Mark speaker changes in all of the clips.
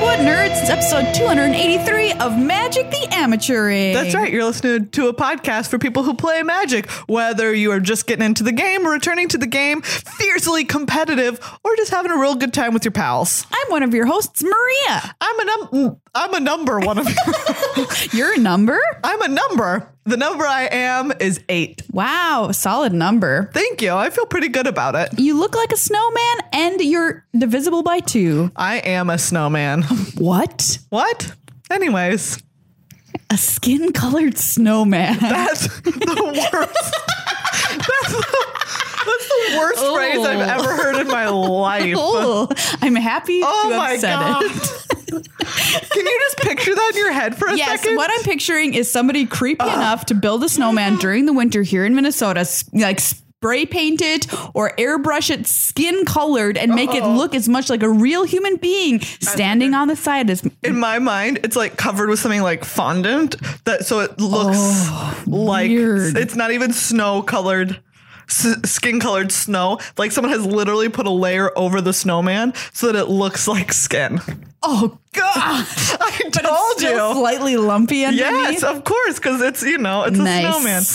Speaker 1: What Nerds? It's episode 283 of Magic the Amateur Ring.
Speaker 2: That's right. You're listening to a podcast for people who play magic, whether you are just getting into the game or returning to the game, fiercely competitive, or just having a real good time with your pals.
Speaker 1: I'm one of your hosts, Maria.
Speaker 2: I'm a num- I'm a number one of
Speaker 1: You're a number?
Speaker 2: I'm a number. The number I am is 8.
Speaker 1: Wow, solid number.
Speaker 2: Thank you. I feel pretty good about it.
Speaker 1: You look like a snowman and you're divisible by two.
Speaker 2: I am a snowman.
Speaker 1: What?
Speaker 2: What? Anyways,
Speaker 1: A skin colored snowman.
Speaker 2: that's the worst. that's, the, that's the worst
Speaker 1: Ooh.
Speaker 2: phrase I've ever heard in my life.
Speaker 1: Ooh, I'm happy
Speaker 2: Oh
Speaker 1: to have
Speaker 2: my
Speaker 1: said
Speaker 2: god!
Speaker 1: it.
Speaker 2: Can you just picture that in your head for a
Speaker 1: Yes,
Speaker 2: second?
Speaker 1: what I'm picturing is somebody creepy enough to build a snowman during the winter here in Minnesota, s- like spray paint it or airbrush it skin colored and make it look as much like a real human being standing on the side as
Speaker 2: in my mind, it's like covered with something like fondant that so it looks like
Speaker 1: Oh, weird.
Speaker 2: it's not even snow colored. S- skin colored snow, like someone has literally put a layer over the snowman so that it looks like skin.
Speaker 1: oh god,
Speaker 2: I
Speaker 1: but
Speaker 2: told
Speaker 1: it's still
Speaker 2: you.
Speaker 1: slightly lumpy underneath.
Speaker 2: Yes, of course, because it's you know it's
Speaker 1: Nice.
Speaker 2: a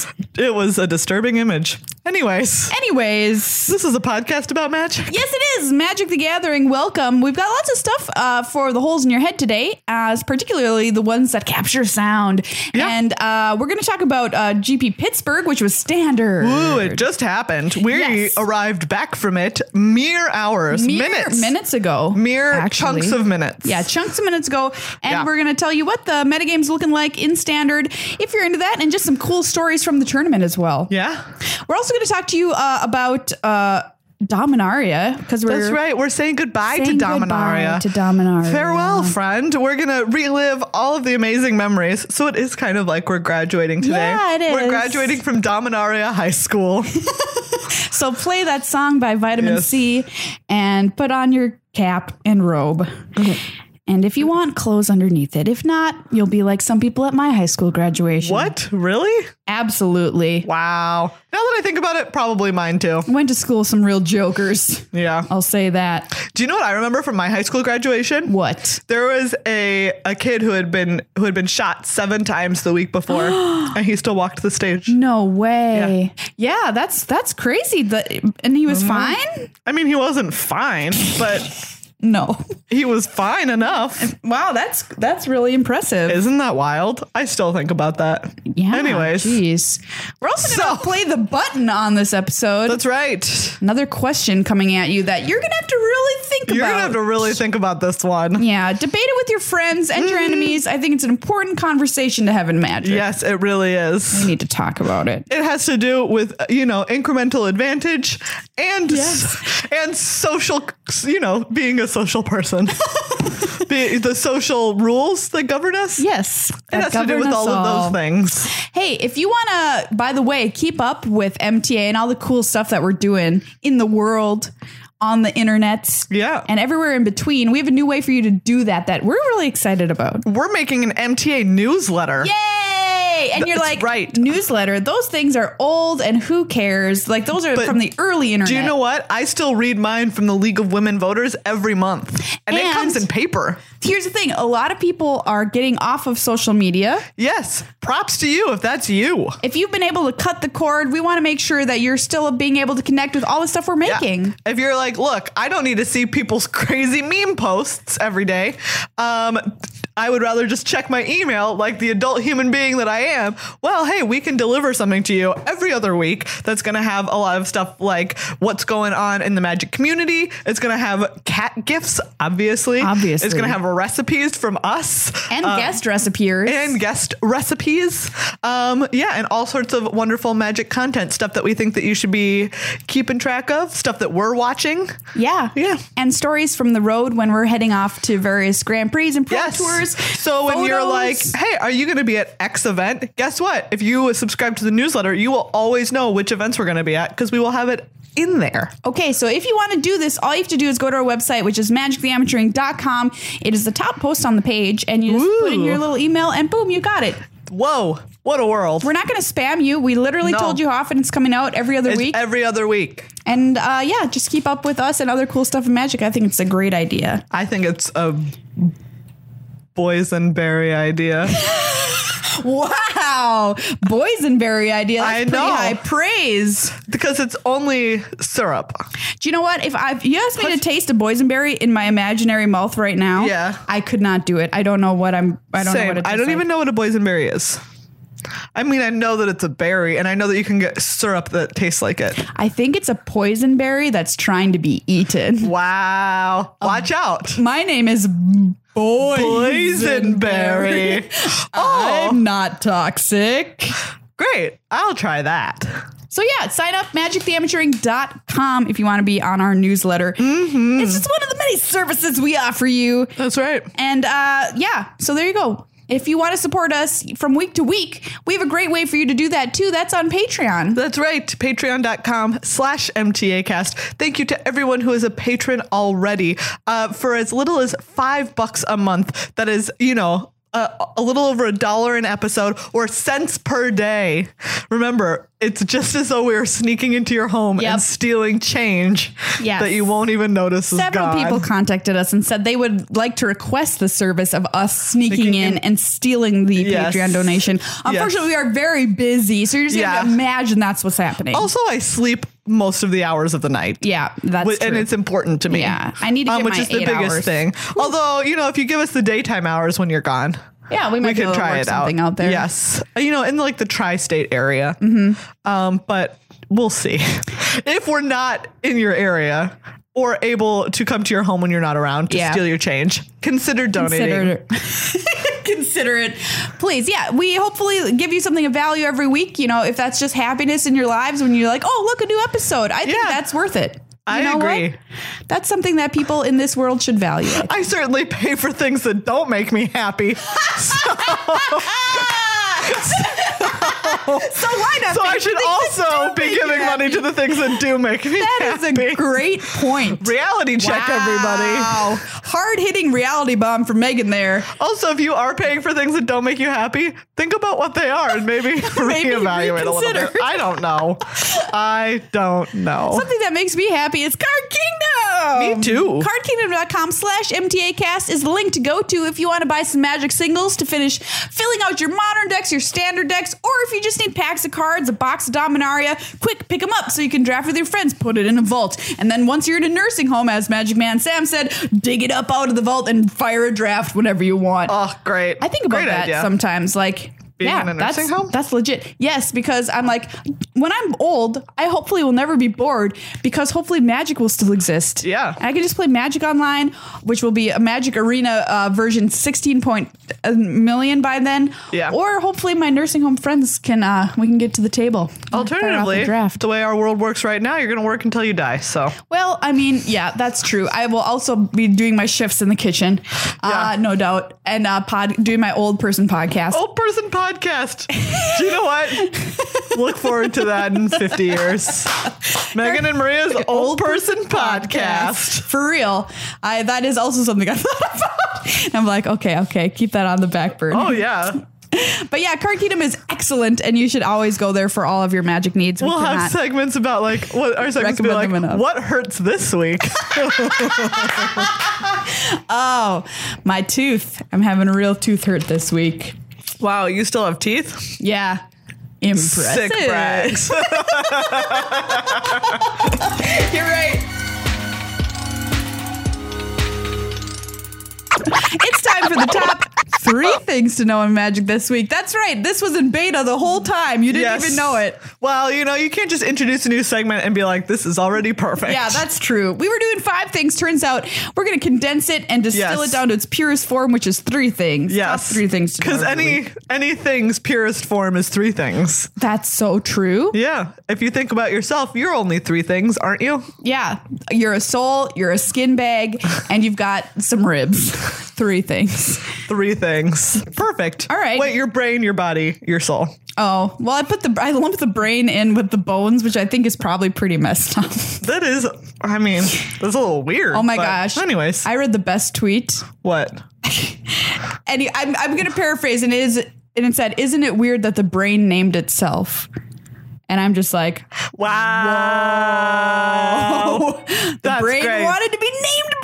Speaker 2: snowman. It was a disturbing image. Anyways,
Speaker 1: Anyways,
Speaker 2: this is a podcast about magic.
Speaker 1: Yes, it is Magic the Gathering. Welcome. We've got lots of stuff uh, for the holes in your head today, as particularly the ones that capture sound.
Speaker 2: Yeah.
Speaker 1: And uh, we're going to talk about uh, GP Pittsburgh, which was standard.
Speaker 2: Ooh, it just happened. We
Speaker 1: Yes.
Speaker 2: arrived back from it mere hours,
Speaker 1: Mere
Speaker 2: minutes,
Speaker 1: minutes ago.
Speaker 2: mere
Speaker 1: actually.
Speaker 2: chunks of minutes.
Speaker 1: Yeah, chunks of minutes ago. And
Speaker 2: Yeah.
Speaker 1: we're going to tell you what the metagame's looking like in standard, if you're into that, and just some cool stories from the tournament as well.
Speaker 2: yeah,
Speaker 1: We're also going to talk to you uh, about uh, Dominaria, because we're
Speaker 2: that's right. We're saying goodbye
Speaker 1: saying
Speaker 2: to
Speaker 1: goodbye
Speaker 2: Dominaria.
Speaker 1: To Dominaria.
Speaker 2: Farewell, friend. We're gonna relive all of the amazing memories. So it is kind of like we're graduating today.
Speaker 1: Yeah, it is.
Speaker 2: We're graduating from Dominaria High School.
Speaker 1: So play that song by Vitamin
Speaker 2: Yes.
Speaker 1: C and put on your cap and robe. And if you want, clothes underneath it. If not, you'll be like some people at my high school graduation.
Speaker 2: what? Really?
Speaker 1: Absolutely.
Speaker 2: Wow. Now that I think about it, probably mine too.
Speaker 1: Went to school with some real jokers.
Speaker 2: Yeah.
Speaker 1: I'll say that.
Speaker 2: Do you know what I remember from my high school graduation?
Speaker 1: What?
Speaker 2: There was a a kid who had been who had been shot seven times the week before, and he still walked the stage.
Speaker 1: No way. Yeah, that's that's crazy. The, and he
Speaker 2: Mm-hmm.
Speaker 1: was fine?
Speaker 2: I mean, he wasn't fine, but
Speaker 1: No.
Speaker 2: he was fine enough.
Speaker 1: Wow, that's that's really impressive.
Speaker 2: Isn't that wild? I still think about that.
Speaker 1: yeah.
Speaker 2: Anyways,
Speaker 1: Jeez. We're also gonna
Speaker 2: So-
Speaker 1: play the button on this episode.
Speaker 2: that's right.
Speaker 1: another question coming at you that you're gonna have to really think
Speaker 2: You're
Speaker 1: about.
Speaker 2: gonna have to really think about this one.
Speaker 1: yeah, debate it with your friends and your
Speaker 2: Mm-hmm.
Speaker 1: enemies. I think it's an important conversation to have in magic.
Speaker 2: Yes, it really is.
Speaker 1: We need to talk about it.
Speaker 2: It has to do with you know incremental advantage and
Speaker 1: Yes.
Speaker 2: and social you know being a social person. the, the social rules that govern us.
Speaker 1: Yes,
Speaker 2: It
Speaker 1: that
Speaker 2: has to do
Speaker 1: govern
Speaker 2: with
Speaker 1: us
Speaker 2: all of
Speaker 1: all.
Speaker 2: those things.
Speaker 1: Hey, if you want to, by the way, keep up with MTA and all the cool stuff that we're doing in the world, on the internet,
Speaker 2: Yeah.
Speaker 1: and everywhere in between, we have a new way for you to do that that we're really excited about.
Speaker 2: We're making an MTA newsletter.
Speaker 1: Yay! And you're
Speaker 2: That's
Speaker 1: like,
Speaker 2: right.
Speaker 1: newsletter, those things are old and who cares? Like, those are from the early internet.
Speaker 2: Do you know what? I still read mine from the League of Women Voters every month, and, it
Speaker 1: And-
Speaker 2: comes in paper.
Speaker 1: Here's the thing a lot of people are getting off of social media.
Speaker 2: Yes, props to you if that's you.
Speaker 1: If you've been able to cut the cord, we want to make sure that you're still being able to connect with all the stuff we're
Speaker 2: Yeah.
Speaker 1: making.
Speaker 2: If you're like, look, I don't need to see people's crazy meme posts every day. Um, I would rather just check my email like the adult human being that I am. Well, hey, we can deliver something to you every other week that's going to have a lot of stuff like what's going on in the magic community. It's going to have cat gifts, obviously.
Speaker 1: Obviously.
Speaker 2: It's going to have recipes from us
Speaker 1: And
Speaker 2: Um,
Speaker 1: guest recipes.
Speaker 2: and guest recipes. Um, yeah, and all sorts of wonderful magic content stuff that we think that you should be keeping track of, stuff that we're watching.
Speaker 1: yeah.
Speaker 2: Yeah.
Speaker 1: And stories from the road when we're heading off to various Grand Prix and Pro
Speaker 2: Yes.
Speaker 1: Tours.
Speaker 2: So when you're like,
Speaker 1: photos.
Speaker 2: hey, are you going to be at X event? Guess what? If you subscribe to the newsletter, you will always know which events we're going to be at because we will have it in there.
Speaker 1: Okay, so if you want to do this, all you have to do is go to our website, which is magictheamaturing.com. It is the top post on the page, and you just put in
Speaker 2: Ooh.
Speaker 1: your little email, and boom, you got it.
Speaker 2: Whoa, what a world.
Speaker 1: We're not going to spam you. We literally
Speaker 2: No.
Speaker 1: told you how often it's coming out every other
Speaker 2: It's
Speaker 1: week.
Speaker 2: every other week.
Speaker 1: and uh, yeah, just keep up with us and other cool stuff in Magic. I think it's a great idea.
Speaker 2: I think it's a boysenberry idea.
Speaker 1: Wow, boysenberry idea. That's
Speaker 2: I
Speaker 1: pretty
Speaker 2: know.
Speaker 1: high praise.
Speaker 2: because it's only syrup.
Speaker 1: Do you know what? If I if you asked me to taste a boysenberry in my imaginary mouth right now,
Speaker 2: Yeah.
Speaker 1: I could not do it. I don't know what I'm. I don't know what it
Speaker 2: Same. I
Speaker 1: tastes
Speaker 2: don't
Speaker 1: like.
Speaker 2: even know what a boysenberry is. I mean, I know that it's a berry, and I know that you can get syrup that tastes like it.
Speaker 1: I think it's a poison berry that's trying to be eaten.
Speaker 2: Wow. Watch out.
Speaker 1: My name is
Speaker 2: Boysenberry.
Speaker 1: Boysenberry.
Speaker 2: Oh,
Speaker 1: I'm not toxic.
Speaker 2: great. I'll try that.
Speaker 1: So yeah, sign up magictheamateuring.com if you want to be on our newsletter.
Speaker 2: Mm-hmm.
Speaker 1: It's just one of the many services we offer you.
Speaker 2: That's right.
Speaker 1: And uh, yeah, so there you go. If you want to support us from week to week, we have a great way for you to do that too. That's on Patreon.
Speaker 2: That's right. Patreon.com slash MTAcast. Thank you to everyone who is a patron already. Uh, for as little as five bucks a month, that is, you know, a, a little over a dollar an episode or cents per day. Remember, it's just as though we are sneaking into your home
Speaker 1: Yep.
Speaker 2: and stealing change
Speaker 1: Yes.
Speaker 2: that you won't even notice is
Speaker 1: Several
Speaker 2: gone.
Speaker 1: people contacted us and said they would like to request the service of us sneaking
Speaker 2: Sneaking
Speaker 1: in
Speaker 2: in.
Speaker 1: and stealing the
Speaker 2: Yes.
Speaker 1: Patreon donation. Unfortunately, we are very busy, so you're just gonna have to
Speaker 2: Yeah.
Speaker 1: imagine that's what's happening.
Speaker 2: Also, I sleep most of the hours of the night.
Speaker 1: yeah, that's
Speaker 2: Wh- and
Speaker 1: true.
Speaker 2: it's important to me. um,
Speaker 1: Yeah, I need to get
Speaker 2: which
Speaker 1: my
Speaker 2: is the
Speaker 1: eight
Speaker 2: biggest
Speaker 1: hours.
Speaker 2: thing. Although, you know, if you give us the daytime hours when you're gone,
Speaker 1: yeah, we might
Speaker 2: we
Speaker 1: be able
Speaker 2: could
Speaker 1: to
Speaker 2: try
Speaker 1: work
Speaker 2: it out.
Speaker 1: something out there.
Speaker 2: Yes, Uh, you know, in like the tri-state area. Mm-hmm. Um, but we'll see if we're not in your area or able to come to your home when you're not around to
Speaker 1: Yeah.
Speaker 2: steal your change. Consider donating.
Speaker 1: consider consider it please yeah we hopefully give you something of value every week you know if that's just happiness in your lives when you're like oh look a new episode i think
Speaker 2: Yeah.
Speaker 1: that's worth it you
Speaker 2: I
Speaker 1: know
Speaker 2: agree.
Speaker 1: what that's something that people in this world should value
Speaker 2: I certainly pay for things that don't make me happy. So,
Speaker 1: so why not
Speaker 2: so I should also be
Speaker 1: make you
Speaker 2: giving money to the things that do make me
Speaker 1: that is
Speaker 2: happy.
Speaker 1: a great point
Speaker 2: reality check, everybody.
Speaker 1: Wow. hard-hitting reality bomb from megan there
Speaker 2: Also, if you are paying for things that don't make you happy, think about what they are and maybe, reevaluate a little
Speaker 1: reconsider.
Speaker 2: bit. I don't know. I don't know.
Speaker 1: Something that makes me happy is Card Kingdom.
Speaker 2: Me too.
Speaker 1: CardKingdom.com slash MTAcast is the link to go to if you want to buy some magic singles to finish filling out your modern decks, your standard decks, or if you just need packs of cards, a box of Dominaria, quick, pick them up so you can draft with your friends, put it in a vault. And then once you're in a nursing home, as Magic Man Sam said, dig it up out of the vault and fire a draft whenever you want.
Speaker 2: oh, great.
Speaker 1: I think about
Speaker 2: great
Speaker 1: that
Speaker 2: idea.
Speaker 1: sometimes. Like,
Speaker 2: Being
Speaker 1: yeah,
Speaker 2: in a
Speaker 1: that's,
Speaker 2: nursing home?
Speaker 1: that's legit. Yes, because I'm like, when I'm old, I hopefully will never be bored because hopefully magic will still exist.
Speaker 2: Yeah.
Speaker 1: And I can just play magic online, which will be a magic arena uh, version 16 point uh, million by then.
Speaker 2: Yeah.
Speaker 1: Or hopefully my nursing home friends can, uh, we can get to the table. Fire off
Speaker 2: Alternatively,
Speaker 1: the draft.
Speaker 2: the way our world works right now, you're going to work until you die. So
Speaker 1: Well, I mean, yeah, that's true. I will also be doing my shifts in the kitchen, uh,
Speaker 2: Yeah.
Speaker 1: no doubt, and uh, pod doing my old person podcast.
Speaker 2: old Oh, person podcast. Do you know what? Look forward to that in 50 years. Megan and Maria's old, person, podcast.
Speaker 1: for real. I that is also something I thought about. And I'm like, okay, okay, keep that on the back burner.
Speaker 2: Oh, yeah.
Speaker 1: But yeah, Card Kingdom is excellent, and you should always go there for all of your magic needs. We
Speaker 2: We'll have
Speaker 1: cannot-
Speaker 2: segments about like what our segments will be like.
Speaker 1: Recommend them enough.
Speaker 2: What hurts this week?
Speaker 1: oh, my tooth! I'm having a real tooth hurt this week.
Speaker 2: wow, you still have teeth?
Speaker 1: Yeah, impressive.
Speaker 2: Sick brags.
Speaker 1: You're right. It's time for the top three things to know in magic this week. That's right. This was in beta the whole time. You didn't
Speaker 2: Yes.
Speaker 1: even know it.
Speaker 2: Well, you know, you can't just introduce a new segment and be like, this is already perfect.
Speaker 1: Yeah, that's true. We were doing five things. Turns out we're going to condense it and distill
Speaker 2: Yes.
Speaker 1: it down to its purest form, which is three things.
Speaker 2: Yes.
Speaker 1: Top three things. to know
Speaker 2: Because
Speaker 1: every
Speaker 2: any
Speaker 1: week.
Speaker 2: any thing's purest form is three things.
Speaker 1: that's so true.
Speaker 2: Yeah. If you think about yourself, you're only three things, aren't you?
Speaker 1: Yeah, you're a soul, you're a skin bag, and you've got some ribs. three things.
Speaker 2: Three things. Perfect.
Speaker 1: All right.
Speaker 2: Wait, your brain, your body, your soul.
Speaker 1: Oh well, I put the I lumped the brain in with the bones, which I think is probably pretty messed up.
Speaker 2: That is, I mean, that's a little weird.
Speaker 1: Oh my
Speaker 2: but
Speaker 1: gosh!
Speaker 2: Anyways,
Speaker 1: I read the best tweet,
Speaker 2: what?
Speaker 1: and I'm I'm gonna paraphrase, and it is and it said, "Isn't it weird that the brain named itself?" And I'm just like,
Speaker 2: Wow.
Speaker 1: the
Speaker 2: That's
Speaker 1: brain
Speaker 2: Oh, great.
Speaker 1: "Oh, wanted to be named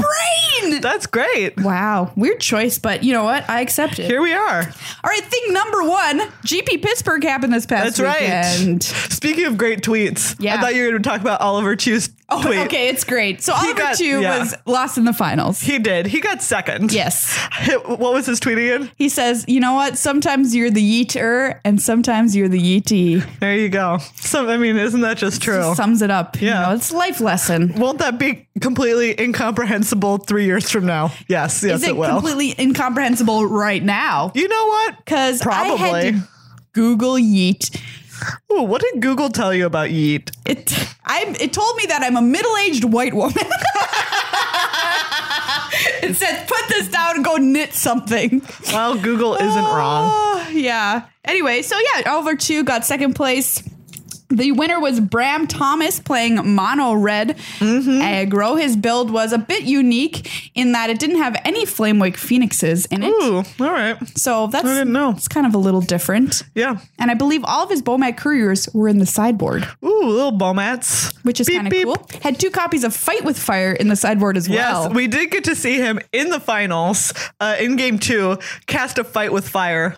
Speaker 1: brain.
Speaker 2: That's great.
Speaker 1: Wow, weird choice, but you know what? I accept it.
Speaker 2: Here we are.
Speaker 1: All right, thing number one: GP Pittsburgh happened this past
Speaker 2: That's right.
Speaker 1: weekend.
Speaker 2: Speaking of great tweets,
Speaker 1: Yeah.
Speaker 2: I thought you were going to talk about Oliver Chu's
Speaker 1: Oh,
Speaker 2: tweet.
Speaker 1: okay, it's great. So Oliver
Speaker 2: got-
Speaker 1: Chu
Speaker 2: yeah.
Speaker 1: was lost in the finals.
Speaker 2: He did. He got second.
Speaker 1: Yes.
Speaker 2: What was his tweet again?
Speaker 1: He says, you know what? Sometimes you're the yeeter and sometimes you're the yeetee.
Speaker 2: There you go. So, I mean, isn't that just true?
Speaker 1: Sums it up. You
Speaker 2: Yeah.
Speaker 1: know, it's a life lesson.
Speaker 2: Won't that be completely incomprehensible three years from now? Yes, yes,
Speaker 1: Is it,
Speaker 2: it will.
Speaker 1: completely incomprehensible right now?
Speaker 2: you know what?
Speaker 1: Because I had
Speaker 2: Probably.
Speaker 1: to Google yeet.
Speaker 2: Ooh, what did Google tell you about Yeet?
Speaker 1: It, I, it told me that I'm a middle-aged white woman. it said, put this down and go knit something.
Speaker 2: Well, Google isn't wrong.
Speaker 1: Oh, yeah. Anyway, so yeah, Oliver Chu got second place. The winner was Bram Thomas playing mono red
Speaker 2: Mm-hmm.
Speaker 1: aggro. His build was a bit unique in that it didn't have any Flamewake Phoenixes in it.
Speaker 2: Ooh, all right.
Speaker 1: So that's
Speaker 2: I didn't know.
Speaker 1: It's kind of a little different.
Speaker 2: Yeah.
Speaker 1: And I believe all of his Bomat couriers were in the sideboard,
Speaker 2: Ooh, little bomats.
Speaker 1: which is
Speaker 2: Beep,
Speaker 1: kind of
Speaker 2: beep.
Speaker 1: cool. Had two copies of Fight with Fire in the sideboard as
Speaker 2: Yes,
Speaker 1: well.
Speaker 2: we did get to see him in the finals, uh, in game two, cast a fight with fire.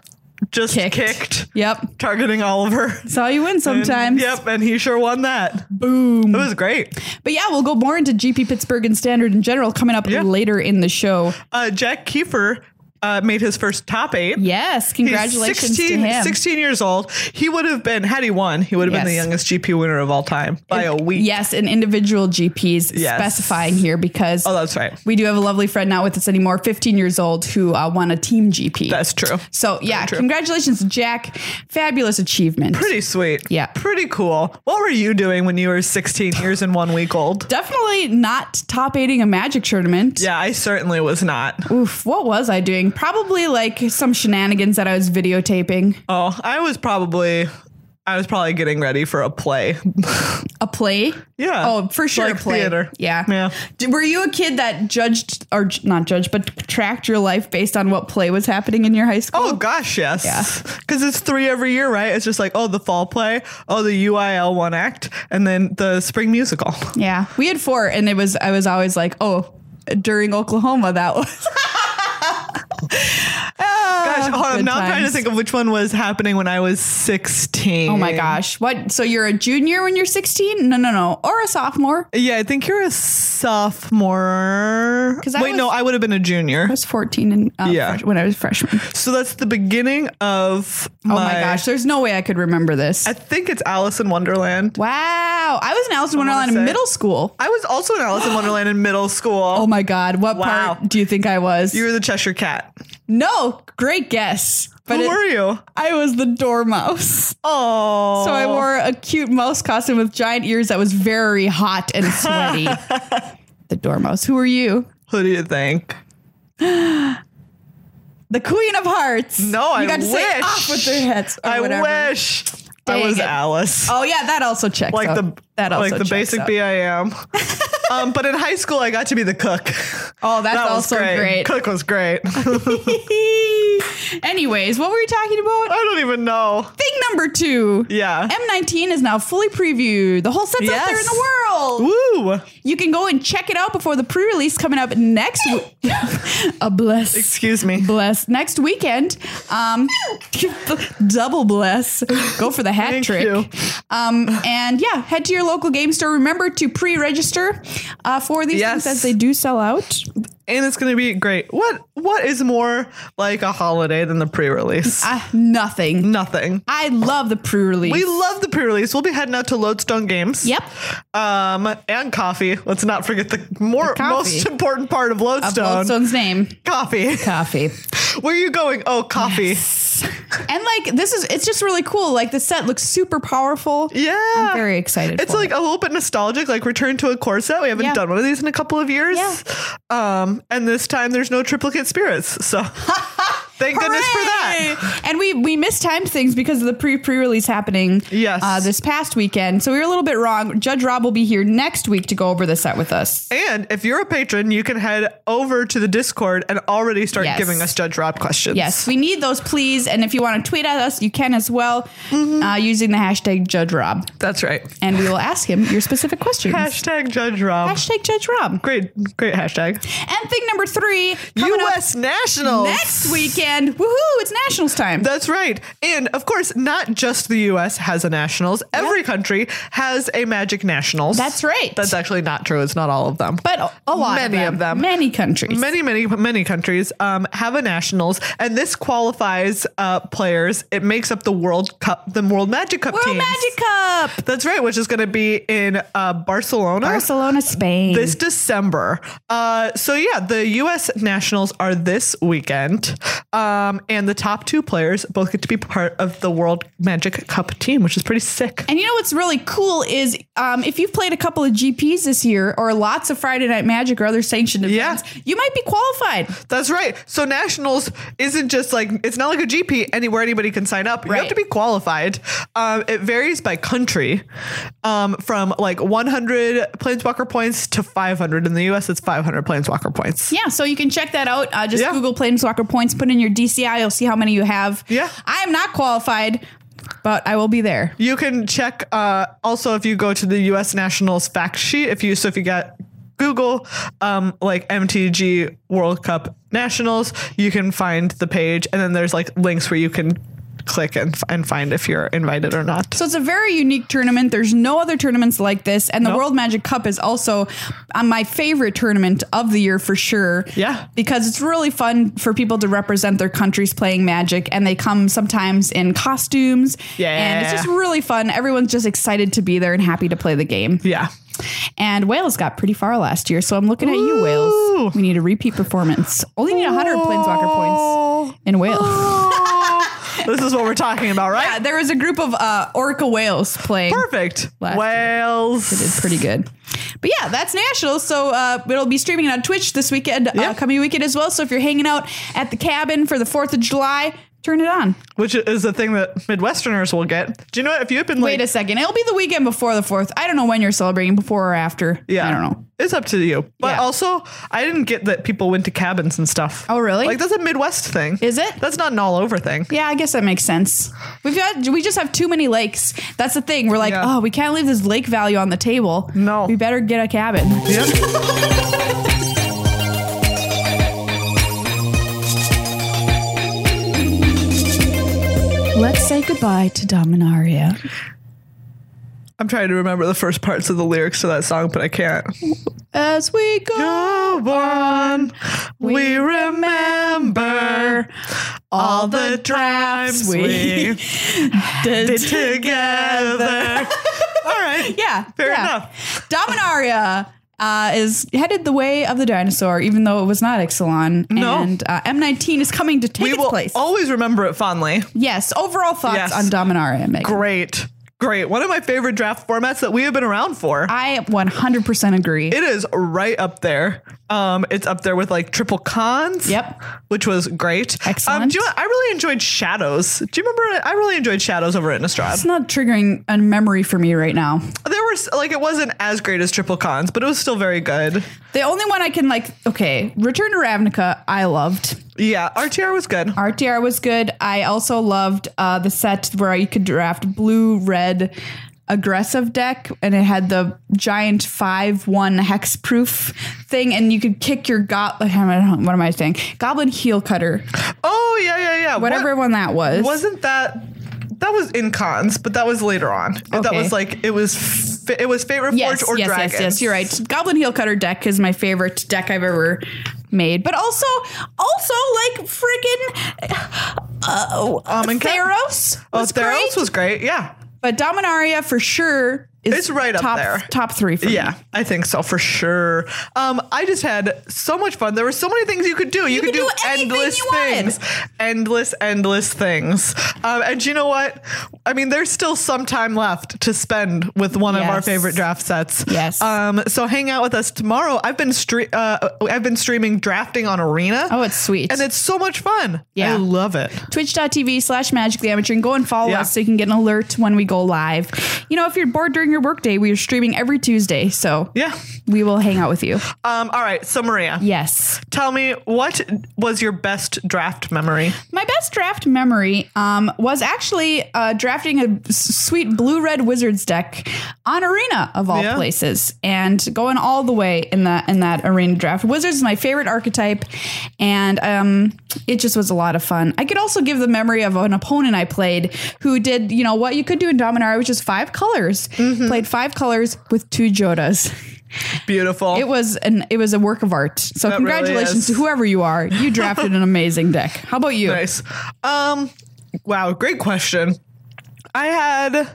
Speaker 2: Just
Speaker 1: Kicked.
Speaker 2: kicked.
Speaker 1: yep.
Speaker 2: Targeting Oliver.
Speaker 1: That's how you win sometimes.
Speaker 2: Yep, and he sure won that.
Speaker 1: Boom.
Speaker 2: It was great.
Speaker 1: But yeah, we'll go more into GP Pittsburgh and Standard in general coming up
Speaker 2: Yeah.
Speaker 1: later in the show.
Speaker 2: Uh, Jack Kiefer uh, made his first top eight.
Speaker 1: Yes,
Speaker 2: He's
Speaker 1: congratulations
Speaker 2: 16,
Speaker 1: to him.
Speaker 2: 16 years old. He would have been, had he won, he would have been the
Speaker 1: Yes.
Speaker 2: youngest GP winner of all time by a week.
Speaker 1: Yes, and individual GPs
Speaker 2: Yes.
Speaker 1: specifying here because
Speaker 2: Oh, that's right.
Speaker 1: we do have a lovely friend not with us anymore, 15 years old, who uh, won a team GP.
Speaker 2: That's true.
Speaker 1: so yeah,
Speaker 2: true.
Speaker 1: congratulations, Jack. Fabulous achievement.
Speaker 2: Pretty sweet.
Speaker 1: Yeah.
Speaker 2: Pretty cool. What were you doing when you were 16 years and one week old?
Speaker 1: Definitely not top aiding a magic tournament.
Speaker 2: Yeah, I certainly was not.
Speaker 1: Oof, what was I doing? Probably like some shenanigans that I was videotaping.
Speaker 2: Oh, I was probably I was probably getting ready for a play.
Speaker 1: A play?
Speaker 2: Yeah.
Speaker 1: Oh, for sure,
Speaker 2: Like
Speaker 1: a play.
Speaker 2: theater.
Speaker 1: Yeah.
Speaker 2: Yeah.
Speaker 1: D- Were you a kid that judged or j- not judged, but tracked your life based on what play was happening in your high school?
Speaker 2: Oh gosh, yes.
Speaker 1: Yeah.
Speaker 2: Cuz it's 3 every year, right? It's just like, oh, the fall play, oh, the UIL one act, and then the spring musical.
Speaker 1: yeah. We had four, and it was I was always like, oh, during Oklahoma that was.
Speaker 2: Gosh, hold on,
Speaker 1: Ah, good
Speaker 2: now I'm trying to
Speaker 1: times.
Speaker 2: think of which one was happening when I was 16.
Speaker 1: Oh my gosh! What? So you're a junior when you're 16? No, no, no, or a sophomore? I
Speaker 2: Yeah, I think you're a sophomore.
Speaker 1: 'Cause I
Speaker 2: Wait, no,
Speaker 1: was-
Speaker 2: I would have been a junior.
Speaker 1: was 14 and uh,
Speaker 2: Yeah.
Speaker 1: fresh- when I was freshman.
Speaker 2: So that's the beginning of
Speaker 1: Oh
Speaker 2: my,
Speaker 1: my, gosh! There's no way I could remember this.
Speaker 2: I think it's Alice in Wonderland.
Speaker 1: wow! I was in Alice in Wonderland in
Speaker 2: say-
Speaker 1: middle school.
Speaker 2: I was also in Alice in Wonderland in middle school.
Speaker 1: Oh my god! What
Speaker 2: Wow.
Speaker 1: part do you think I was?
Speaker 2: You were the Cheshire Cat.
Speaker 1: No, great guess. But
Speaker 2: Who
Speaker 1: it-
Speaker 2: were you?
Speaker 1: I was the dormouse.
Speaker 2: Oh,
Speaker 1: So I wore a cute mouse costume with giant ears that was very hot and sweaty. the dormouse. Who are you?
Speaker 2: Who do you think?
Speaker 1: The Queen of Hearts.
Speaker 2: No, I
Speaker 1: you got to say
Speaker 2: wish.
Speaker 1: off with their heads. or
Speaker 2: I
Speaker 1: whatever.
Speaker 2: wish
Speaker 1: Dang
Speaker 2: I was
Speaker 1: it.
Speaker 2: Alice.
Speaker 1: Oh yeah, that also checks.
Speaker 2: like
Speaker 1: out.
Speaker 2: the
Speaker 1: that also
Speaker 2: like the
Speaker 1: checks
Speaker 2: basic
Speaker 1: out.
Speaker 2: B I am. um, but in high school, I got to be the cook.
Speaker 1: Oh, that's
Speaker 2: That was
Speaker 1: also
Speaker 2: great.
Speaker 1: great.
Speaker 2: Cook was great. I
Speaker 1: Anyways, what were we talking about?
Speaker 2: don't even know.
Speaker 1: Thing number two.
Speaker 2: Yeah.
Speaker 1: M19 is now fully previewed. The whole set's out there in
Speaker 2: Yes.
Speaker 1: the world.
Speaker 2: Woo!
Speaker 1: You can go and check it out before the pre-release coming up next week. a bless.
Speaker 2: Excuse me.
Speaker 1: Bless next weekend. Um, double bless. Go for the hat
Speaker 2: Thank
Speaker 1: trick.
Speaker 2: you.
Speaker 1: Um, and yeah, head to your local game store. Remember to pre-register uh, for these
Speaker 2: Yes.
Speaker 1: things as they do sell out.
Speaker 2: And it's gonna be great. What What is more like a holiday than the pre-release?
Speaker 1: Uh, nothing.
Speaker 2: Nothing.
Speaker 1: I love the pre-release.
Speaker 2: We love the pre-release. We'll be heading out to Lodestone Games.
Speaker 1: Yep.
Speaker 2: Um, and coffee. Let's not forget the more
Speaker 1: coffee.
Speaker 2: most important part of Lodestone.
Speaker 1: Bloodstone's name.
Speaker 2: Coffee.
Speaker 1: Coffee.
Speaker 2: Where are you going? Oh, coffee.
Speaker 1: and like this is it's just really cool. Like the set looks super powerful.
Speaker 2: Yeah.
Speaker 1: I'm very excited.
Speaker 2: It's
Speaker 1: for
Speaker 2: like
Speaker 1: it.
Speaker 2: a little bit nostalgic, like Return to a Corset. We haven't
Speaker 1: Yeah.
Speaker 2: done one of these in a couple of years.
Speaker 1: Yeah.
Speaker 2: Um, and this time there's no triplicate spirits. So Thank goodness for that.
Speaker 1: Hooray! And we we mistimed things because of the pre pre release happening.
Speaker 2: Yes.
Speaker 1: Uh, this past weekend, so we were a little bit wrong. Judge Rob will be here next week to go over the set with us.
Speaker 2: And if you're a patron, you can head over to the Discord and already start
Speaker 1: Yes.
Speaker 2: giving us Judge Rob questions.
Speaker 1: Yes, we need those, please. And if you want to tweet at us, you can as well
Speaker 2: Mm-hmm.
Speaker 1: uh, using the hashtag Judge Rob,
Speaker 2: That's right.
Speaker 1: and we will ask him your specific questions.
Speaker 2: Hashtag Judge Rob.
Speaker 1: hashtag Judge Rob.
Speaker 2: great, great hashtag.
Speaker 1: And thing number three, coming up
Speaker 2: U.S. Nationals.
Speaker 1: next weekend. Woohoo! It's Nationals time.
Speaker 2: That's right. And of course, not just the US has a nationals. Every country has a magic nationals.
Speaker 1: That's right.
Speaker 2: That's actually not true. It's not all of them.
Speaker 1: but a- a lot
Speaker 2: Many of them.
Speaker 1: many countries.
Speaker 2: many, many, many countries um, have a nationals, and this qualifies uh, players. It makes up the World Cup, the World Magic Cup
Speaker 1: World
Speaker 2: teams.
Speaker 1: Magic Cup,
Speaker 2: That's right, which is going to be in uh, Barcelona.
Speaker 1: Barcelona, Spain.
Speaker 2: this December. Uh, so yeah, the U.S. Nationals are this weekend, um, and the top two players both get to be part of the World Magic Cup team, which is pretty sick.
Speaker 1: And you know what's really cool is um, if you've played a couple of GPs this year or lots of Friday Night Magic or other sanctioned
Speaker 2: Yeah.
Speaker 1: events, you might be qualified.
Speaker 2: That's right. So nationals isn't just like it's not like a GP anywhere anybody can sign up. You
Speaker 1: Right.
Speaker 2: have to be qualified. Um, it varies by country, um, from like 100 planeswalker points to 500. In the U.S., it's 500 planeswalker points.
Speaker 1: Yeah, so you can check that out. Uh, just
Speaker 2: Yeah.
Speaker 1: Google Planeswalker points, put in your DCI, you'll see how many you have.
Speaker 2: Yeah.
Speaker 1: I am not qualified, but I will be there.
Speaker 2: You can check uh, also if you go to the U.S. Nationals fact sheet. If you so if you get Google um, like MTG World Cup Nationals, you can find the page, and then there's like links where you can click and and find if you're invited or not.
Speaker 1: So it's a very unique tournament. There's no other tournaments like this, and the
Speaker 2: Nope.
Speaker 1: World Magic Cup is also uh, my favorite tournament of the year for sure.
Speaker 2: Yeah.
Speaker 1: because it's really fun for people to represent their countries playing Magic, and they come sometimes in costumes. and it's
Speaker 2: Yeah.
Speaker 1: just really fun. Everyone's just excited to be there and happy to play the game.
Speaker 2: yeah.
Speaker 1: And Wales got pretty far last year, so I'm looking at you, Wales. We need a repeat performance. Only need 100 planeswalker points in Wales.
Speaker 2: Oh. this is what we're talking about, right?
Speaker 1: Yeah, there was a group of uh, Orca whales playing.
Speaker 2: Perfect.
Speaker 1: Last year.
Speaker 2: Wales.
Speaker 1: did pretty good. But yeah, that's national. So uh, it'll be streaming on Twitch this weekend, uh,
Speaker 2: Yeah.
Speaker 1: coming weekend as well. So if you're hanging out at the cabin for the 4th of July, turn it on.
Speaker 2: Which is the thing that Midwesterners will get. Do you know what? If you've been like,
Speaker 1: Wait a second. It'll be the weekend before the 4th. I don't know when you're celebrating, before or after.
Speaker 2: Yeah.
Speaker 1: I don't know.
Speaker 2: It's up to you. But
Speaker 1: Yeah.
Speaker 2: also, I didn't get that people went to cabins and stuff.
Speaker 1: Oh, really?
Speaker 2: Like, that's a Midwest thing.
Speaker 1: Is it?
Speaker 2: That's not an all over thing.
Speaker 1: Yeah, I guess that makes sense. We've got we just have too many lakes. That's the thing. We're like,
Speaker 2: Yeah.
Speaker 1: oh, we can't leave this lake value on the table.
Speaker 2: No.
Speaker 1: we better get a cabin. Let's say goodbye to Dominaria.
Speaker 2: I'm trying to remember the first parts of the lyrics to that song, but I can't.
Speaker 1: As we go,
Speaker 2: Go on, we remember all the times we did together. all right.
Speaker 1: yeah,
Speaker 2: Fair
Speaker 1: yeah.
Speaker 2: enough.
Speaker 1: Dominaria. Uh, is headed the way of the dinosaur, even though it was not Exelon.
Speaker 2: No.
Speaker 1: And uh, M19 is coming to take
Speaker 2: We
Speaker 1: its
Speaker 2: will
Speaker 1: place.
Speaker 2: always remember it fondly.
Speaker 1: yes. Overall thoughts
Speaker 2: Yes.
Speaker 1: on Dominaria, Megan?
Speaker 2: Great. Great. One of my favorite draft formats that we have been around for.
Speaker 1: I 100% agree.
Speaker 2: It is right up there. Um, it's up there with like triple cons.
Speaker 1: Yep.
Speaker 2: Which was great.
Speaker 1: Excellent.
Speaker 2: Um, do you know, I really enjoyed Shadows. Do you remember? I really enjoyed Shadows over at Innistrad.
Speaker 1: it's not triggering a memory for me right now.
Speaker 2: There were s- like it wasn't as great as triple cons, but it was still very good.
Speaker 1: The only one I can like, okay, Return to Ravnica, I loved.
Speaker 2: Yeah, RTR was good.
Speaker 1: RTR was good. I also loved uh, the set where you could draft blue, red, aggressive deck, and it had the giant five one hex proof thing, and you could kick your goblin. What am I saying? Goblin heel cutter,
Speaker 2: Oh yeah, yeah, yeah.
Speaker 1: whatever
Speaker 2: What-
Speaker 1: one that was.
Speaker 2: wasn't that. That was in cons, but that was later on. That
Speaker 1: Okay.
Speaker 2: was like it was, fa- it was favorite
Speaker 1: yes,
Speaker 2: forge or
Speaker 1: yes,
Speaker 2: dragon.
Speaker 1: yes, yes. You're right. Goblin heel cutter deck is my favorite deck I've ever made, but also, also like friggin' uh,
Speaker 2: Um, and Cat-
Speaker 1: Theros.
Speaker 2: Oh,
Speaker 1: was
Speaker 2: Theros
Speaker 1: great.
Speaker 2: was great. Yeah,
Speaker 1: but Dominaria for sure is
Speaker 2: It's right up
Speaker 1: top,
Speaker 2: there.
Speaker 1: Top three for
Speaker 2: Yeah,
Speaker 1: me.
Speaker 2: I think so for sure. Um, I just had so much fun. There were so many things you could do. You, could,
Speaker 1: could
Speaker 2: do,
Speaker 1: do anything
Speaker 2: endless
Speaker 1: you wanted.
Speaker 2: things, endless, endless things. Um, and you know what? I mean, there's still some time left to spend with one of our
Speaker 1: Yes.
Speaker 2: favorite draft sets.
Speaker 1: Yes.
Speaker 2: Um, so hang out with us tomorrow. I've been stre- uh, I've been streaming drafting on Arena.
Speaker 1: Oh, it's sweet.
Speaker 2: and it's so much fun.
Speaker 1: Yeah.
Speaker 2: I love it.
Speaker 1: twitch.tv slash magic the amateur and go and follow
Speaker 2: Yeah.
Speaker 1: us so you can get an alert when we go live. You know, if you're bored during your workday, we are streaming every Tuesday. So
Speaker 2: Yeah.
Speaker 1: we will hang out with you.
Speaker 2: Um, all right. So Maria,
Speaker 1: Yes.
Speaker 2: tell me what was your best draft memory?
Speaker 1: My best draft memory um, was actually uh, drafting a s- sweet blue red wizards deck on arena of all
Speaker 2: Yeah.
Speaker 1: places and going all the way in that in that arena draft. Wizards is my favorite archetype, and um, it just was a lot of fun. I could also give the memory of an opponent I played who did you know what you could do in Dominar, which is five colors.
Speaker 2: Mm-hmm.
Speaker 1: Played five colors with two Jodas.
Speaker 2: Beautiful.
Speaker 1: It was an it was a work of art. So
Speaker 2: That really
Speaker 1: congratulations
Speaker 2: is.
Speaker 1: to whoever you are. You drafted an amazing deck. How about you?
Speaker 2: Nice. Um, wow, great question. I had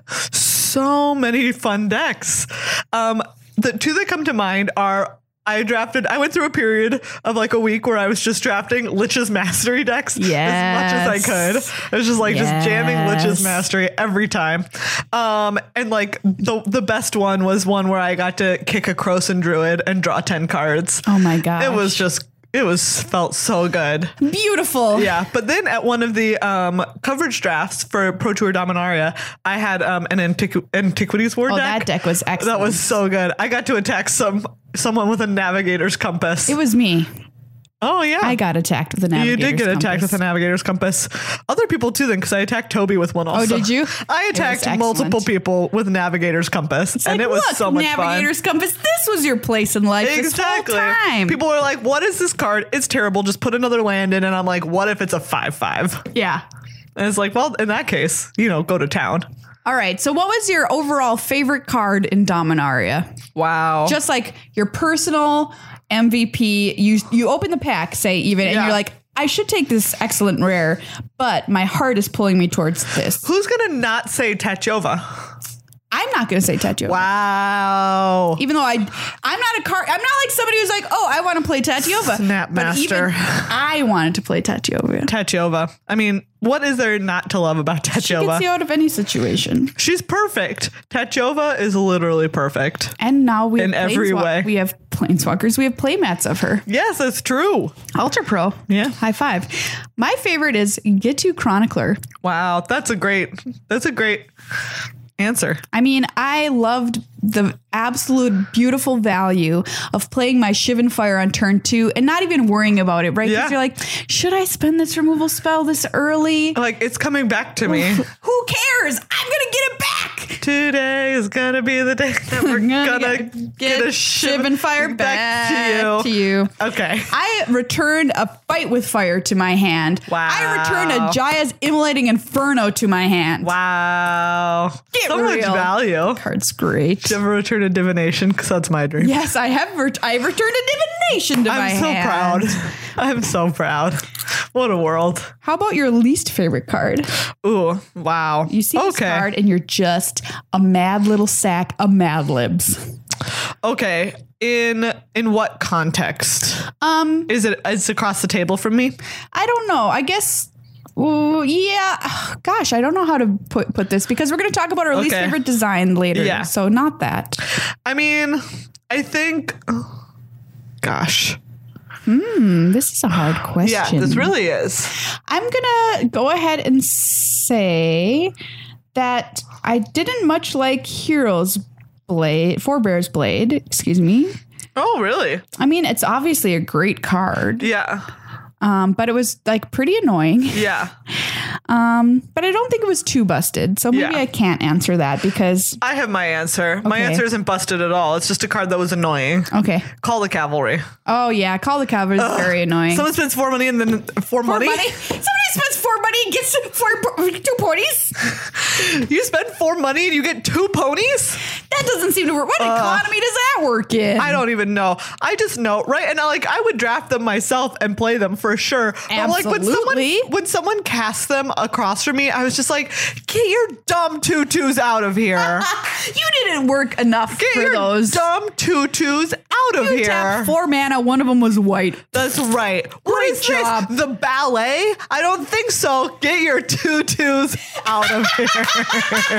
Speaker 2: so many fun decks. Um, the two that come to mind are I drafted, I went through a period of like a week where I was just drafting Lich's Mastery decks as much as I
Speaker 1: Yes.
Speaker 2: could. I was just like, just jamming Lich's
Speaker 1: Yes.
Speaker 2: Mastery every time. Um, and like the, the best one was one where I got to kick a Croson Druid and draw 10 cards.
Speaker 1: Oh my gosh.
Speaker 2: It was just, it was felt so good.
Speaker 1: beautiful.
Speaker 2: Yeah, but then at one of the um, coverage drafts for Pro Tour Dominaria, I had um, an antiqu- antiquities war
Speaker 1: Oh,
Speaker 2: deck.
Speaker 1: that deck was excellent.
Speaker 2: That was so good. I got to attack some someone with a navigator's compass.
Speaker 1: It was me.
Speaker 2: oh yeah,
Speaker 1: I got attacked with an.
Speaker 2: you did get attacked with a navigator's compass. Other people too, then, because I attacked Toby with one. Also,
Speaker 1: Oh, did you?
Speaker 2: I
Speaker 1: It was
Speaker 2: attacked
Speaker 1: excellent.
Speaker 2: multiple people with navigator's compass, and it was
Speaker 1: look,
Speaker 2: so much fun.
Speaker 1: Navigator's Compass. This was your place in life.
Speaker 2: Exactly.
Speaker 1: This whole time.
Speaker 2: People are like, "What is this card? It's terrible. Just put another land in." And I'm like, "What if it's a five-five?"
Speaker 1: yeah.
Speaker 2: And it's like, well, in that case, you know, go to town.
Speaker 1: All right. So, what was your overall favorite card in Dominaria?
Speaker 2: Wow.
Speaker 1: Just like your personal MVP. You you open the pack, say even, and
Speaker 2: Yeah.
Speaker 1: you're like, I should take this excellent rare, but my heart is pulling me towards this.
Speaker 2: Who's going to not say Tachova?
Speaker 1: I'm not going to say tattoo.
Speaker 2: Wow.
Speaker 1: even though I, I'm not a card. I'm not like somebody who's like, oh, I want to play Tatiova. But even
Speaker 2: Snapmaster.
Speaker 1: I wanted to play Tatiova.
Speaker 2: Tachova. I mean, what is there not to love about
Speaker 1: She gets you
Speaker 2: Tachova?
Speaker 1: out of any situation.
Speaker 2: She's perfect. Tachova is literally perfect.
Speaker 1: And now we
Speaker 2: In
Speaker 1: have
Speaker 2: every
Speaker 1: planeswal-
Speaker 2: way.
Speaker 1: we have planeswalkers. We have playmats of her.
Speaker 2: Yes, it's true.
Speaker 1: Ultra Pro.
Speaker 2: Yeah.
Speaker 1: High five. My favorite is Get to Chronicler.
Speaker 2: Wow, that's a great that's a great answer.
Speaker 1: I mean, I loved the absolute beautiful value of playing my Shivan Fire on turn two and not even worrying about it, right? Because
Speaker 2: Yeah.
Speaker 1: you're like, should I spend this removal spell this early?
Speaker 2: Like it's coming back to me.
Speaker 1: Who cares? I'm gonna get it back.
Speaker 2: Today is gonna be the day that we're
Speaker 1: Gonna
Speaker 2: gonna
Speaker 1: get-
Speaker 2: get,
Speaker 1: get
Speaker 2: a shiv
Speaker 1: Shiv and fire back to you.
Speaker 2: Okay.
Speaker 1: I returned a fight with fire to my hand.
Speaker 2: Wow.
Speaker 1: I returned a Jaya's immolating inferno to my hand.
Speaker 2: Wow.
Speaker 1: Get
Speaker 2: so much
Speaker 1: real.
Speaker 2: value.
Speaker 1: Card's great.
Speaker 2: Ever return to divination? Because that's my dream.
Speaker 1: Yes, I have. Ret- I returned a divination to my
Speaker 2: I'm so
Speaker 1: hand.
Speaker 2: proud. I'm so proud. What a world.
Speaker 1: How about your least favorite card?
Speaker 2: Ooh, wow.
Speaker 1: You see this card, and you're just a mad little sack of Mad Libs.
Speaker 2: Okay. In in what context?
Speaker 1: Um,
Speaker 2: Is it is across the table from me?
Speaker 1: I don't know. I guess. Ooh, yeah, gosh, I don't know how to put put this because we're going to talk about our least
Speaker 2: Okay.
Speaker 1: favorite design later.
Speaker 2: Yeah.
Speaker 1: So not that.
Speaker 2: I mean, I think gosh.
Speaker 1: This is a hard
Speaker 2: Yeah,
Speaker 1: question.
Speaker 2: this really is.
Speaker 1: I'm gonna go ahead and say that I didn't much like Heroes Blade, Forebears Blade. Excuse me.
Speaker 2: Oh, really?
Speaker 1: I mean, it's obviously a great card,
Speaker 2: Yeah.
Speaker 1: um, but it was like pretty annoying.
Speaker 2: Yeah.
Speaker 1: Um, but I don't think it was too busted, so maybe
Speaker 2: Yeah.
Speaker 1: I can't answer that because
Speaker 2: I have my answer. My
Speaker 1: Okay.
Speaker 2: answer isn't busted at all. It's just a card that was annoying.
Speaker 1: okay.
Speaker 2: Call the cavalry.
Speaker 1: Oh yeah, call the cover is very annoying.
Speaker 2: Someone spends four money and then
Speaker 1: Four
Speaker 2: four, money.
Speaker 1: money. Somebody spends four money and gets four two ponies.
Speaker 2: You spend four money and you get two ponies.
Speaker 1: That's That doesn't seem to work. What economy does that work in?
Speaker 2: I don't even know. I just know, right? And I like I would draft them myself and play them for sure. But I'm like when
Speaker 1: Absolutely.
Speaker 2: someone when someone cast them across from me, I was just like, get your dumb tutus out of here.
Speaker 1: You didn't work enough
Speaker 2: Get
Speaker 1: for
Speaker 2: your
Speaker 1: those.
Speaker 2: dumb tutus out of
Speaker 1: You
Speaker 2: here.
Speaker 1: tapped four mana. One of them was white.
Speaker 2: That's right. What
Speaker 1: Great
Speaker 2: is
Speaker 1: job.
Speaker 2: this? The ballet? I don't think so. Get your tutus out of here.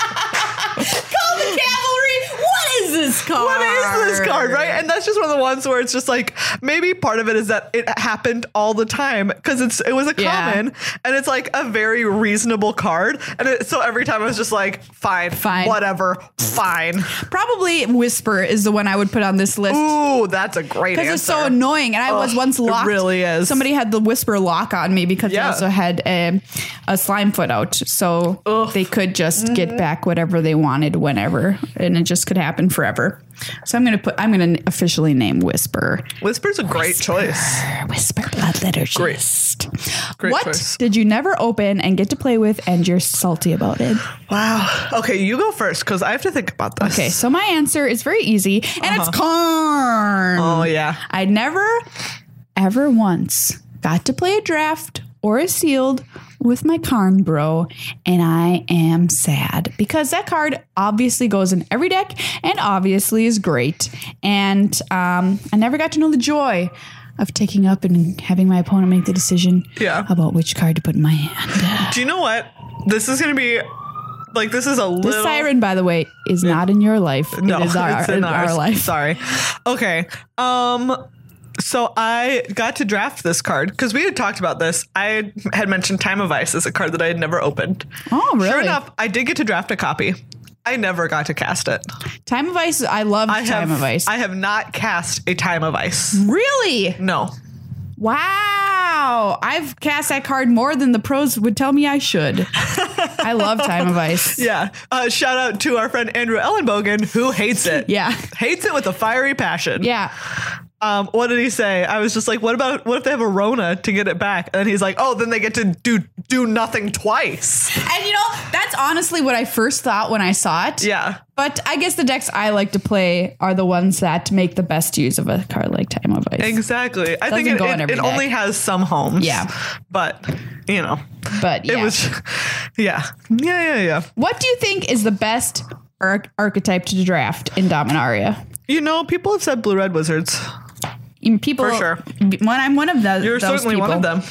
Speaker 1: Call the cavalry. What is this card?
Speaker 2: What is this card, right? And that's just one of the ones where it's just like maybe part of it is that it happened all the time because it's it was a
Speaker 1: Yeah.
Speaker 2: common and it's like a very reasonable card, and it, so every time I was just like, fine,
Speaker 1: Fine.
Speaker 2: whatever, fine.
Speaker 1: Probably Whisper is the one I would put on this list.
Speaker 2: Ooh, that's a great answer.
Speaker 1: Because it's so annoying, and I was
Speaker 2: Ugh,
Speaker 1: once
Speaker 2: it
Speaker 1: locked.
Speaker 2: really is.
Speaker 1: Somebody had the whisper lock on me because
Speaker 2: Yeah.
Speaker 1: they also had a, a slime foot out, so they could just
Speaker 2: Mm-hmm.
Speaker 1: get back whatever they wanted whenever, and it just could happen forever. So I'm gonna put. I'm gonna officially name Whisper.
Speaker 2: Whisper's a great choice.
Speaker 1: Whisper blood liturgist.
Speaker 2: Great
Speaker 1: what
Speaker 2: choice.
Speaker 1: did you never open and get to play with, and you're salty about it?
Speaker 2: Wow. Okay, you go first because I have to think about this.
Speaker 1: Okay, so my answer is very easy, and it's corn.
Speaker 2: Oh yeah.
Speaker 1: I never, ever once got to play a draft or a sealed with my Karn bro, and I am sad because that card obviously goes in every deck and obviously is great. And um, I never got to know the joy of taking up and having my opponent make the decision
Speaker 2: Yeah.
Speaker 1: about which card to put in my hand.
Speaker 2: Do you know what? This is gonna be like this is a
Speaker 1: The
Speaker 2: little
Speaker 1: siren, by the way, is not in your life.
Speaker 2: No,
Speaker 1: it is our,
Speaker 2: it's in
Speaker 1: our
Speaker 2: ours.
Speaker 1: life.
Speaker 2: Sorry. Okay. Um. So I got to draft this card because we had talked about this. I had mentioned Time of Ice as a card that I had never opened.
Speaker 1: Oh, really?
Speaker 2: Sure enough, I did get to draft a copy. I never got to cast it.
Speaker 1: Time of Ice, I love
Speaker 2: I
Speaker 1: Time
Speaker 2: have,
Speaker 1: of Ice.
Speaker 2: I have not cast a Time of Ice.
Speaker 1: really?
Speaker 2: No.
Speaker 1: Wow. I've cast that card more than the pros would tell me I should. I love Time of Ice.
Speaker 2: Yeah. Uh, shout out to our friend Andrew Ellenbogen who hates it.
Speaker 1: Yeah.
Speaker 2: Hates it with a fiery passion.
Speaker 1: Yeah.
Speaker 2: Um, what did he say? I was just like, what about what if they have a Rona to get it back? And he's like, oh, then they get to do do nothing twice.
Speaker 1: And you know, that's honestly what I first thought when I saw it.
Speaker 2: Yeah.
Speaker 1: But I guess the decks I like to play are the ones that make the best use of a card like Time of Ice.
Speaker 2: Exactly. I think
Speaker 1: Doesn't
Speaker 2: it,
Speaker 1: go in
Speaker 2: it,
Speaker 1: every
Speaker 2: it
Speaker 1: deck.
Speaker 2: only has some homes.
Speaker 1: Yeah.
Speaker 2: But, you know,
Speaker 1: But
Speaker 2: it
Speaker 1: yeah.
Speaker 2: was, yeah. Yeah, yeah, yeah.
Speaker 1: what do you think is the best arch- archetype to draft in Dominaria?
Speaker 2: You know, people have said Blue Red Wizards.
Speaker 1: In people
Speaker 2: For sure.
Speaker 1: When I'm one of those.
Speaker 2: You're
Speaker 1: those
Speaker 2: certainly one of
Speaker 1: people.
Speaker 2: them.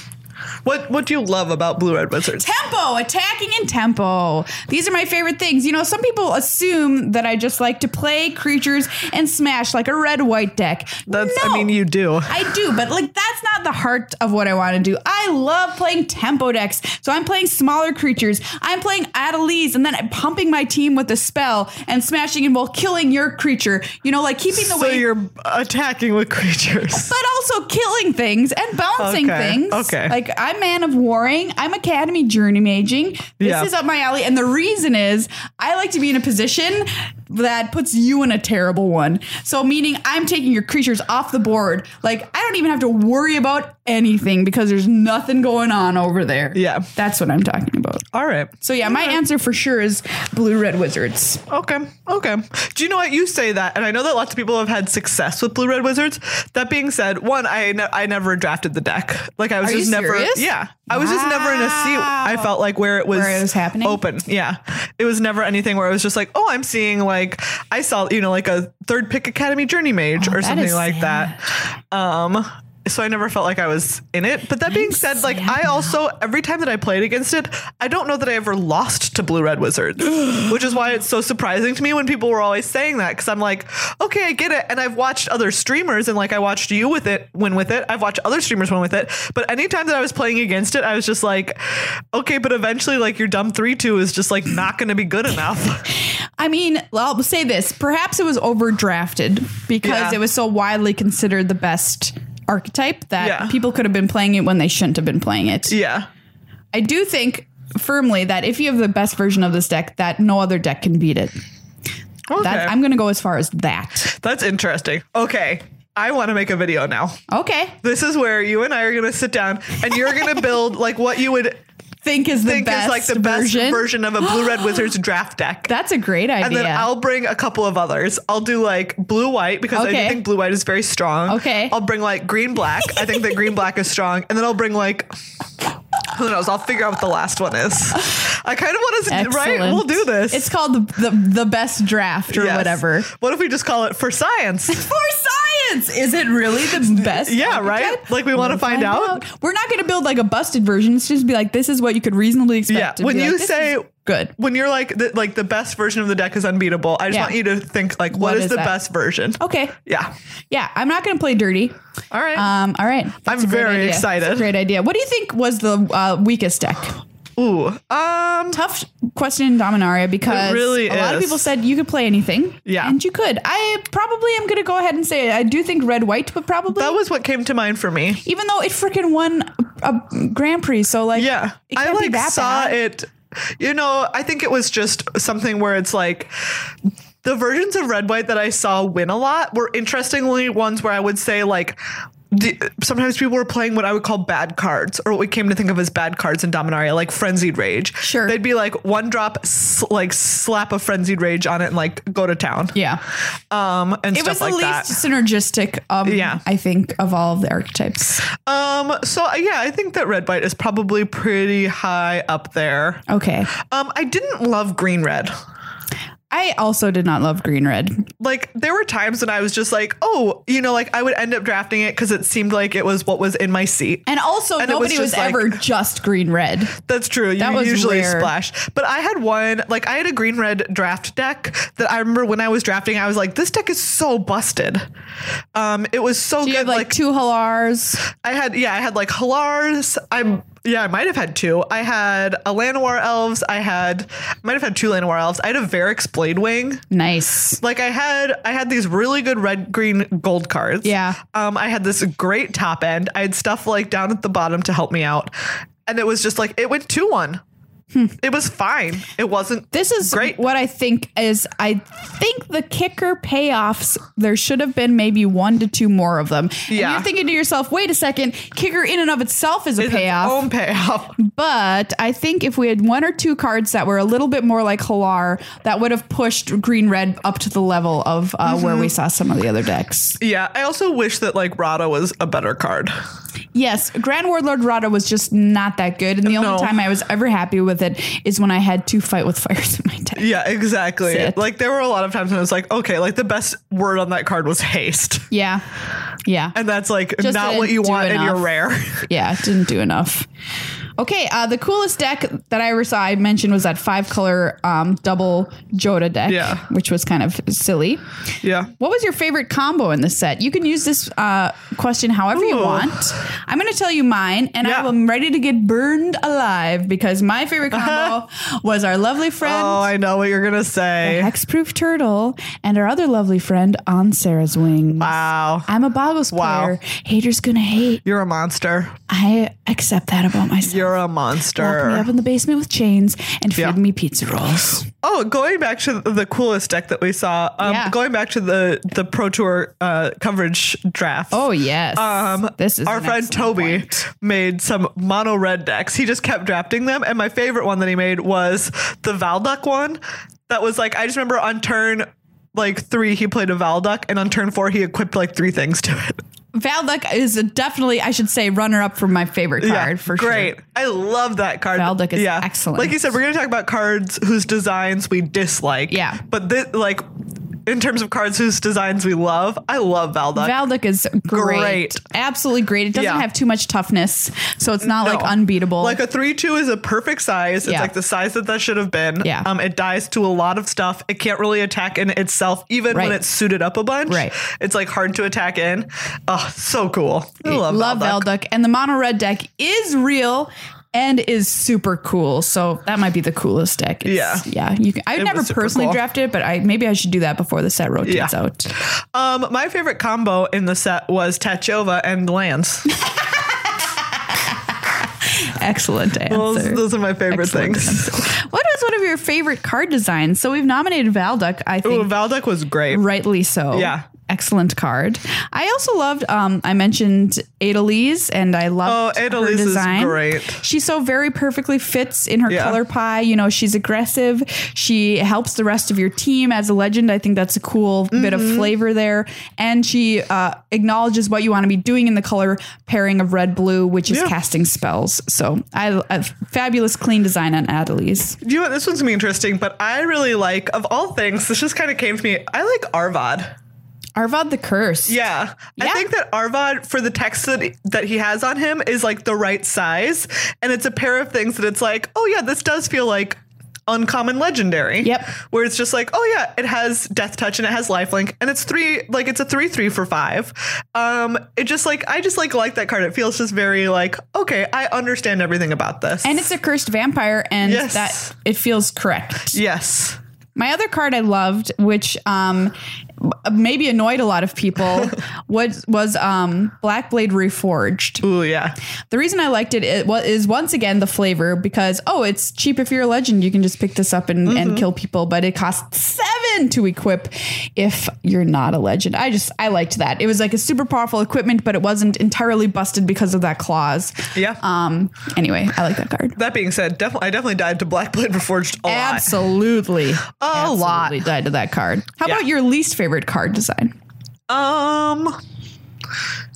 Speaker 2: What What do you love about Blue Red Wizards?
Speaker 1: tempo, attacking in tempo. These are my favorite things. You know, some people assume that I just like to play creatures and smash like a red white deck.
Speaker 2: That's,
Speaker 1: no,
Speaker 2: I mean, you do.
Speaker 1: I do, but like that's not the heart of what I want to do. I love playing tempo decks. So I'm playing smaller creatures. I'm playing Adelise and then I'm pumping my team with a spell and smashing and well killing your creature. You know, like keeping the
Speaker 2: So
Speaker 1: way
Speaker 2: you're attacking with creatures.
Speaker 1: but also killing things and bouncing
Speaker 2: Okay,
Speaker 1: things.
Speaker 2: okay.
Speaker 1: Like I'm man of warring. I'm academy journey maging. This
Speaker 2: Yeah.
Speaker 1: is up my alley. And the reason is I like to be in a position that puts you in a terrible one. So meaning I'm taking your creatures off the board. Like I don't even have to worry about anything because there's nothing going on over there.
Speaker 2: Yeah.
Speaker 1: That's what I'm talking about.
Speaker 2: All right.
Speaker 1: So yeah, my answer for sure is blue red wizards.
Speaker 2: Okay. Okay. Do you know what you say that? And I know that lots of people have had success with Blue Red Wizards. That being said, one, I ne- I never drafted the deck. Like I was
Speaker 1: Are you
Speaker 2: just never.
Speaker 1: serious?
Speaker 2: Yeah. I was just never in a seat. I
Speaker 1: Wow.
Speaker 2: felt like where it was
Speaker 1: Where it was happening?
Speaker 2: open. Yeah. It was never anything where it was just like, oh, I'm seeing like I saw you know like a third pick Academy Journey Mage
Speaker 1: Oh,
Speaker 2: or
Speaker 1: that
Speaker 2: something
Speaker 1: is
Speaker 2: like that. Um. So I never felt like I was in it. But that being said, like
Speaker 1: sad
Speaker 2: I also every time that I played against it, I don't know that I ever lost to Blue Red Wizards, which is why it's so surprising to me when people were always saying that because I'm like, okay, I get it, and I've watched other streamers and like I watched you with it win with it. I've watched other streamers win with it, but anytime that I was playing against it, I was just like, okay, but eventually like your dumb three two is just like not going to be good enough.
Speaker 1: I mean, I'll say this. Perhaps it was overdrafted because
Speaker 2: Yeah.
Speaker 1: it was so widely considered the best archetype that
Speaker 2: Yeah.
Speaker 1: people could have been playing it when they shouldn't have been playing it.
Speaker 2: yeah,
Speaker 1: I do think firmly that if you have the best version of this deck, that no other deck can beat it.
Speaker 2: okay,
Speaker 1: That, I'm going to go as far as that.
Speaker 2: that's interesting. Okay, I want to make a video now.
Speaker 1: Okay.
Speaker 2: This is where you and I are going to sit down and you're going to build like what you would
Speaker 1: think is the
Speaker 2: think
Speaker 1: best
Speaker 2: is like the best
Speaker 1: version.
Speaker 2: version, of a Blue Red Wizards draft deck.
Speaker 1: That's a great idea.
Speaker 2: and then I'll bring a couple of others. I'll do like blue white because I
Speaker 1: Okay.
Speaker 2: do think blue white is very strong.
Speaker 1: Okay.
Speaker 2: I'll bring like green black. I think that green black is strong. And then I'll bring like who knows? I'll figure out what the last one is. I kind of want us to right. We'll do this.
Speaker 1: It's called the the, the best draft or
Speaker 2: Yes.
Speaker 1: whatever.
Speaker 2: What if we just call it for science?
Speaker 1: For science, is it really the best?
Speaker 2: yeah,
Speaker 1: archetype?
Speaker 2: right. Like we want to
Speaker 1: We'll
Speaker 2: find, out.
Speaker 1: We're not going to build like a busted version. It's just be like this is what you could reasonably expect.
Speaker 2: Yeah,
Speaker 1: and
Speaker 2: when
Speaker 1: be like,
Speaker 2: you
Speaker 1: this
Speaker 2: say-
Speaker 1: is good,
Speaker 2: When you're like the, like the best version of the deck is unbeatable. I just
Speaker 1: Yeah.
Speaker 2: want you to think like
Speaker 1: What
Speaker 2: what is,
Speaker 1: is
Speaker 2: the
Speaker 1: that?
Speaker 2: best version?
Speaker 1: okay,
Speaker 2: Yeah.
Speaker 1: yeah, I'm not going to play dirty.
Speaker 2: All right.
Speaker 1: Um, all right, That's
Speaker 2: I'm
Speaker 1: a great
Speaker 2: very
Speaker 1: idea.
Speaker 2: excited.
Speaker 1: That's a great idea. What do you think was the uh, weakest deck?
Speaker 2: Ooh. Um.
Speaker 1: Tough question in Dominaria because
Speaker 2: It really
Speaker 1: a lot of
Speaker 2: is.
Speaker 1: people said you could play anything.
Speaker 2: Yeah.
Speaker 1: and you could. I probably am going to go ahead and say I do think red white would probably
Speaker 2: That was what came to mind for me.
Speaker 1: even though it freaking won a, a Grand Prix. So like,
Speaker 2: Yeah.
Speaker 1: it
Speaker 2: I
Speaker 1: can't be
Speaker 2: like
Speaker 1: that
Speaker 2: saw
Speaker 1: bad.
Speaker 2: it. You know, I think it was just something where it's like the versions of red white that I saw win a lot were interestingly ones where I would say like the, sometimes people were playing what I would call bad cards or what we came to think of as bad cards in Dominaria like frenzied rage.
Speaker 1: Sure.
Speaker 2: They'd be like one drop s like slap a frenzied rage on it and like go to town.
Speaker 1: Yeah,
Speaker 2: Um and
Speaker 1: it
Speaker 2: stuff
Speaker 1: was the
Speaker 2: like
Speaker 1: least
Speaker 2: that.
Speaker 1: synergistic. Um,
Speaker 2: Yeah.
Speaker 1: I think of all of the archetypes.
Speaker 2: Um, so uh, yeah, I think that red white is probably pretty high up there.
Speaker 1: Okay,
Speaker 2: Um, I didn't love green red.
Speaker 1: I also did not love green red.
Speaker 2: Like there were times when I was just like, oh, you know, like I would end up drafting it because it seemed like it was what was in my seat.
Speaker 1: And also,
Speaker 2: And it was
Speaker 1: nobody was,
Speaker 2: just like-
Speaker 1: ever just green red.
Speaker 2: That's true. You
Speaker 1: That was
Speaker 2: usually
Speaker 1: rare.
Speaker 2: splash. But I had one, like I had a green red draft deck that I remember when I was drafting, I was like, this deck is so busted. Um, it was so
Speaker 1: You
Speaker 2: good.
Speaker 1: have like,
Speaker 2: like
Speaker 1: two halars.
Speaker 2: I had yeah, I had like Halars. I'm yeah, I might have had two. I had a Llanowar elves. I had I might have had two Llanowar elves. I had a Varix Blade Wing.
Speaker 1: Nice.
Speaker 2: Like I had I had these really good red, green, gold cards.
Speaker 1: Yeah.
Speaker 2: Um, I had this great top end. I had stuff like down at the bottom to help me out. And it was just like it went two one.
Speaker 1: Hmm.
Speaker 2: It was fine. It wasn't
Speaker 1: This is
Speaker 2: Great.
Speaker 1: what I think is I think the kicker payoffs there should have been maybe one to two more of them. And
Speaker 2: Yeah.
Speaker 1: you're thinking to yourself, wait a second, kicker in and of itself is a
Speaker 2: its
Speaker 1: payoff.
Speaker 2: own payoff.
Speaker 1: But I think if we had one or two cards that were a little bit more like Halar, that would have pushed green red up to the level of uh, where
Speaker 2: Mm-hmm.
Speaker 1: we saw some of the other decks.
Speaker 2: Yeah. I also wish that like Rada was a better card.
Speaker 1: Yes, Grand Warlord Rada was just not that good. And the
Speaker 2: No.
Speaker 1: only time I was ever happy with it is when I had to fight with fires in my deck.
Speaker 2: Yeah, exactly.
Speaker 1: That's it.
Speaker 2: Like there were a lot of times when I was like, okay, like the best word on that card was haste.
Speaker 1: Yeah. Yeah.
Speaker 2: And that's like
Speaker 1: Just
Speaker 2: not
Speaker 1: didn't
Speaker 2: what you
Speaker 1: do
Speaker 2: want in your
Speaker 1: enough.
Speaker 2: rare.
Speaker 1: Yeah, it didn't do enough. Okay, uh, the coolest deck that I ever saw, I mentioned, was that five color um, double Joda deck,
Speaker 2: Yeah.
Speaker 1: which was kind of silly.
Speaker 2: yeah.
Speaker 1: What was your favorite combo in this set? You can use this uh, question however you
Speaker 2: Ooh.
Speaker 1: want. I'm going to tell you mine, and
Speaker 2: Yeah.
Speaker 1: I am ready to get burned alive because my favorite combo was our lovely friend.
Speaker 2: Oh, I know what you're gonna say.
Speaker 1: Hexproof Turtle and our other lovely friend on Sarah's wings.
Speaker 2: Wow.
Speaker 1: I'm a boggles
Speaker 2: Wow.
Speaker 1: player. Haters gonna hate.
Speaker 2: You're a monster.
Speaker 1: I accept that about myself.
Speaker 2: You're a
Speaker 1: Lock me
Speaker 2: monster.
Speaker 1: up in the basement with chains and feed
Speaker 2: Yeah.
Speaker 1: me pizza rolls.
Speaker 2: Oh, going back to the coolest deck that we saw. Um,
Speaker 1: Yeah.
Speaker 2: Going back to the the Pro Tour uh, coverage draft.
Speaker 1: Oh yes.
Speaker 2: Um,
Speaker 1: this is
Speaker 2: our
Speaker 1: an
Speaker 2: friend
Speaker 1: excellent
Speaker 2: Toby
Speaker 1: point.
Speaker 2: made some mono red decks. He just kept drafting them, and my favorite one that he made was the Valduck one. That was like I just remember on turn like three he played a Valduck, and on turn four he equipped like three things to it.
Speaker 1: Valduk is a definitely, I should say, runner up for my favorite card for sure.
Speaker 2: great. I love that card.
Speaker 1: Valduck is excellent.
Speaker 2: Like you said, we're gonna talk about cards whose designs we dislike.
Speaker 1: Yeah.
Speaker 2: but this like. In terms of cards whose designs we love, I love Valduck.
Speaker 1: Valduk is great.
Speaker 2: Great.
Speaker 1: Absolutely great. It doesn't
Speaker 2: Yeah.
Speaker 1: have too much toughness, so it's not like
Speaker 2: No.
Speaker 1: unbeatable.
Speaker 2: Like a three two is a perfect size. It's
Speaker 1: Yeah.
Speaker 2: like the size that that should have been.
Speaker 1: Yeah.
Speaker 2: Um, it dies to a lot of stuff. It can't really attack in itself, even
Speaker 1: Right.
Speaker 2: when it's suited up a bunch.
Speaker 1: Right.
Speaker 2: It's like hard to attack in. Oh, so cool. I love,
Speaker 1: love
Speaker 2: Valduck.
Speaker 1: Velduck. And the mono red deck is real and is super cool. So that might be the coolest deck. It's-
Speaker 2: Yeah.
Speaker 1: Yeah. You can, I've
Speaker 2: It
Speaker 1: never
Speaker 2: was super
Speaker 1: personally
Speaker 2: cool.
Speaker 1: drafted it, but I maybe I should do that before the set rotates
Speaker 2: Yeah.
Speaker 1: out.
Speaker 2: Um, my favorite combo in the set was Tachova and Lance.
Speaker 1: Excellent answer.
Speaker 2: those, those are my favorite
Speaker 1: Excellent
Speaker 2: things.
Speaker 1: answer. What is one of your favorite card designs? So we've nominated Valduck, I
Speaker 2: Ooh,
Speaker 1: think.
Speaker 2: Valduck was great.
Speaker 1: Rightly so.
Speaker 2: Yeah.
Speaker 1: excellent card. I also loved. Um, I mentioned Adelise, and I loved
Speaker 2: Oh,
Speaker 1: her
Speaker 2: Adelise is
Speaker 1: design.
Speaker 2: great.
Speaker 1: She so very perfectly fits in her
Speaker 2: Yeah.
Speaker 1: color pie. You know, she's aggressive. She helps the rest of your team as a legend. I think that's a cool bit
Speaker 2: Mm-hmm.
Speaker 1: of flavor there. And she uh, acknowledges what you want to be doing in the color pairing of red blue, which is
Speaker 2: Yeah.
Speaker 1: casting spells. So I a fabulous clean design on Adelise.
Speaker 2: You know what? This one's gonna be interesting, but I really like, of all things, this just kind of came to me. I like Arvad.
Speaker 1: Arvad the Curse.
Speaker 2: Yeah.
Speaker 1: Yeah.
Speaker 2: I think that Arvad for the text that, that he has on him is like the right size. And it's a pair of things that it's like, oh yeah, this does feel like uncommon legendary.
Speaker 1: Yep.
Speaker 2: Where it's just like, oh yeah, it has death touch and it has lifelink. And it's three like it's a three three for five. Um it just like I just like like that card. It feels just very like, okay, I understand everything about this.
Speaker 1: And it's a cursed vampire, and
Speaker 2: Yes.
Speaker 1: that it feels correct.
Speaker 2: Yes.
Speaker 1: My other card I loved, which um, m- maybe annoyed a lot of people, was was um, Black Blade Reforged.
Speaker 2: Ooh yeah.
Speaker 1: The reason I liked it, it wa- is once again the flavor because oh, it's cheap if you're a legend, you can just pick this up and,
Speaker 2: Mm-hmm.
Speaker 1: and kill people, but it costs seven to equip if you're not a legend. I just I liked that. It was like a super powerful equipment, but it wasn't entirely busted because of that clause.
Speaker 2: Yeah.
Speaker 1: Um. Anyway, I like that card.
Speaker 2: that being said, definitely I definitely died to Black Blade Reforged a lot.
Speaker 1: Absolutely.
Speaker 2: A lot.
Speaker 1: Absolutely died to that card. How
Speaker 2: Yeah.
Speaker 1: about your least favorite card design?
Speaker 2: Um,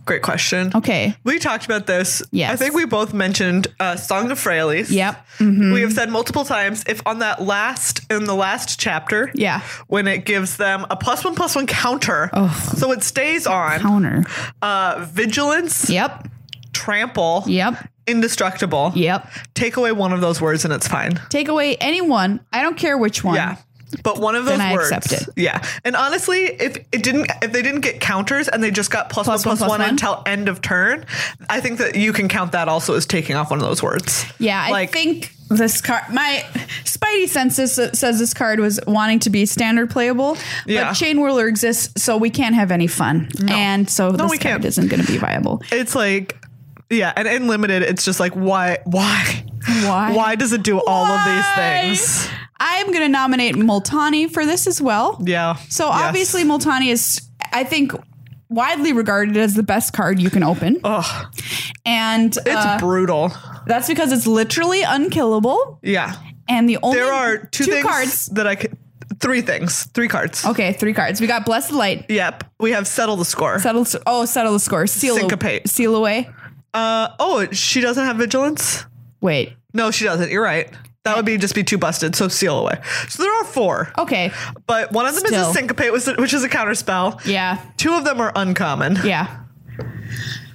Speaker 2: great question.
Speaker 1: Okay.
Speaker 2: We talked about this.
Speaker 1: Yes.
Speaker 2: I think we both mentioned uh, Song of Frailes.
Speaker 1: Yep. Mm-hmm.
Speaker 2: We have said multiple times if on that last, in the last chapter,
Speaker 1: Yeah.
Speaker 2: when it gives them a plus one plus one counter, so it stays on
Speaker 1: Counter.
Speaker 2: uh, vigilance,
Speaker 1: Yep.
Speaker 2: trample,
Speaker 1: Yep.
Speaker 2: indestructible.
Speaker 1: Yep.
Speaker 2: Take away one of those words and it's fine.
Speaker 1: Take away any one. I don't care which one.
Speaker 2: Yeah. But one of those
Speaker 1: I
Speaker 2: words.
Speaker 1: accept it.
Speaker 2: Yeah. And honestly, if it didn't if they didn't get counters and they just got plus
Speaker 1: Plus
Speaker 2: plus one,
Speaker 1: one, plus
Speaker 2: one,
Speaker 1: one?
Speaker 2: until end of turn, I think that you can count that also as taking off one of those words.
Speaker 1: Yeah,
Speaker 2: Like-
Speaker 1: I think this card. My Spidey senses says this card was wanting to be standard playable,
Speaker 2: Yeah.
Speaker 1: but Chain Whirler exists, so we can't have any fun, and so this
Speaker 2: we
Speaker 1: card
Speaker 2: can't.
Speaker 1: isn't going to be viable.
Speaker 2: It's like yeah, and in limited, it's just like why why?
Speaker 1: Why?
Speaker 2: Why does it do all
Speaker 1: Why?
Speaker 2: of these things?
Speaker 1: I am going to nominate Multani for this as well.
Speaker 2: Yeah.
Speaker 1: So
Speaker 2: Yes.
Speaker 1: obviously, Multani is, I think, widely regarded as the best card you can open.
Speaker 2: Ugh,
Speaker 1: and
Speaker 2: it's
Speaker 1: uh,
Speaker 2: brutal.
Speaker 1: that's because it's literally unkillable.
Speaker 2: Yeah.
Speaker 1: And the only
Speaker 2: There are two, things
Speaker 1: cards. Oh.
Speaker 2: that I could three things. Three cards.
Speaker 1: Okay, three cards. We got Blessed Light,
Speaker 2: Yep. We have settle the score.
Speaker 1: settle. Oh, settle the score. Seal
Speaker 2: Syncopate.
Speaker 1: Seal away.
Speaker 2: uh oh, she doesn't have vigilance?
Speaker 1: Wait.
Speaker 2: No, she doesn't. You're right. That would be just be two busted. So seal away. So there are four,
Speaker 1: Okay.
Speaker 2: but one of them is
Speaker 1: Still.
Speaker 2: a syncopate, which is- which is a counter spell.
Speaker 1: Yeah.
Speaker 2: Two of them are uncommon.
Speaker 1: Yeah.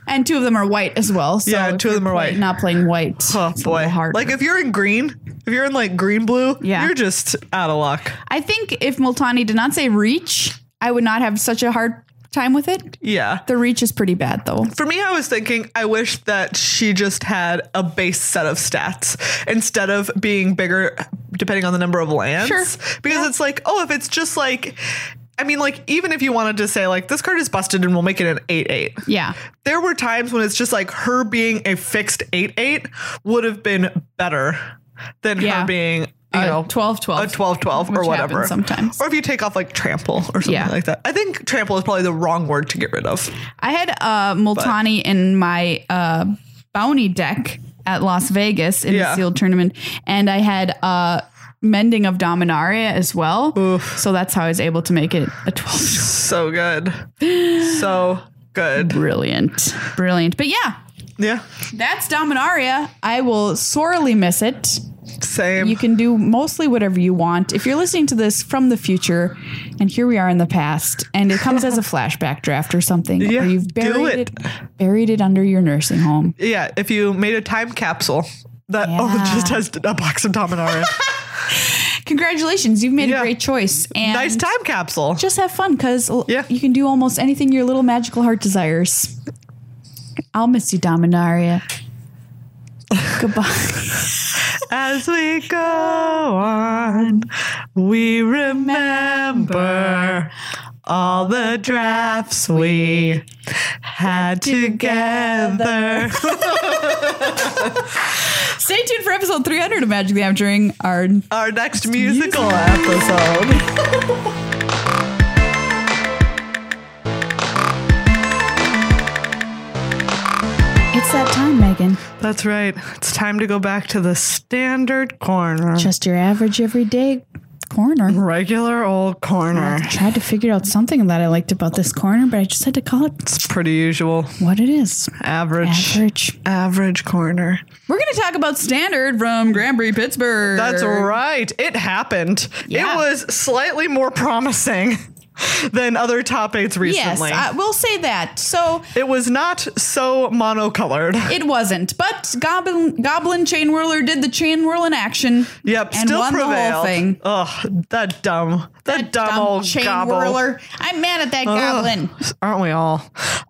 Speaker 1: And two of them are white as well. So
Speaker 2: Yeah,
Speaker 1: if
Speaker 2: two of
Speaker 1: you're
Speaker 2: them are
Speaker 1: play-
Speaker 2: white.
Speaker 1: Not playing white.
Speaker 2: Oh
Speaker 1: it's a
Speaker 2: boy!
Speaker 1: little harder.
Speaker 2: Like if you're in green, if you're in like green blue,
Speaker 1: Yeah.
Speaker 2: you're just out of luck.
Speaker 1: I think if Multani did not say reach, I would not have such a hard time with it.
Speaker 2: Yeah.
Speaker 1: The reach is pretty bad though.
Speaker 2: For me, I was thinking I wish that she just had a base set of stats instead of being bigger depending on the number of lands.
Speaker 1: Sure.
Speaker 2: Because it's like, oh, if it's just like, I mean, like even if you wanted to say like this card is busted and we'll make it an eight eight.
Speaker 1: Yeah.
Speaker 2: there were times when it's just like her being a fixed 8 8 would have been better than
Speaker 1: Yeah.
Speaker 2: her being, you
Speaker 1: A
Speaker 2: know,
Speaker 1: 12-12,
Speaker 2: a 12 12 or
Speaker 1: which
Speaker 2: whatever.
Speaker 1: happens sometimes.
Speaker 2: Or if you take off like trample or something
Speaker 1: Yeah.
Speaker 2: like that. I think trample is probably the wrong word to get rid of.
Speaker 1: I had uh, Multani in my uh, bounty deck at Las Vegas in the
Speaker 2: Yeah.
Speaker 1: sealed tournament, and I had uh, mending of Dominaria as well. So that's how I was able to make it a twelve.
Speaker 2: So good. So good.
Speaker 1: Brilliant, brilliant. But yeah,
Speaker 2: Yeah.
Speaker 1: that's Dominaria. I will sorely miss it.
Speaker 2: Same.
Speaker 1: You can do mostly whatever you want. If you're listening to this from the future, and here we are in the past, and it comes as a flashback draft or something,
Speaker 2: Yeah,
Speaker 1: or you've
Speaker 2: do
Speaker 1: buried
Speaker 2: it.
Speaker 1: it, buried it under your nursing home.
Speaker 2: yeah. If you made a time capsule that oh,
Speaker 1: Yeah.
Speaker 2: it just has a box of Dominaria.
Speaker 1: congratulations you've made
Speaker 2: Yeah.
Speaker 1: a great choice and
Speaker 2: nice time capsule.
Speaker 1: just have fun because
Speaker 2: Yeah.
Speaker 1: you can do almost anything your little magical heart desires i'll miss you dominaria goodbye
Speaker 2: As we go on, we remember all the drafts we had together.
Speaker 1: stay tuned for episode 300 of magic the app during our
Speaker 2: Our next musical episode.
Speaker 1: Megan.
Speaker 2: That's right. It's time to go back to the standard corner.
Speaker 1: Just your average everyday corner.
Speaker 2: Regular old corner.
Speaker 1: Tried to figure out something that I liked about this corner, but I just had to call it
Speaker 2: It's pretty usual.
Speaker 1: what it is.
Speaker 2: Average.
Speaker 1: Average.
Speaker 2: Average corner.
Speaker 1: We're going to talk about standard from Granbury, Pittsburgh.
Speaker 2: That's right. It happened.
Speaker 1: Yeah.
Speaker 2: It was slightly more promising than other top eights
Speaker 1: Yes,
Speaker 2: recently.
Speaker 1: I, we'll say that. So
Speaker 2: it was not so monocolored.
Speaker 1: it wasn't, but Goblin Goblin Chain Whirler did the chain whirl in action.
Speaker 2: Yep,
Speaker 1: and
Speaker 2: still
Speaker 1: won the whole
Speaker 2: prevailed.
Speaker 1: thing.
Speaker 2: Ugh, that dumb, that, dumb, old
Speaker 1: chain
Speaker 2: gobble.
Speaker 1: whirler. I'm mad at that
Speaker 2: Ugh,
Speaker 1: goblin.
Speaker 2: aren't we all?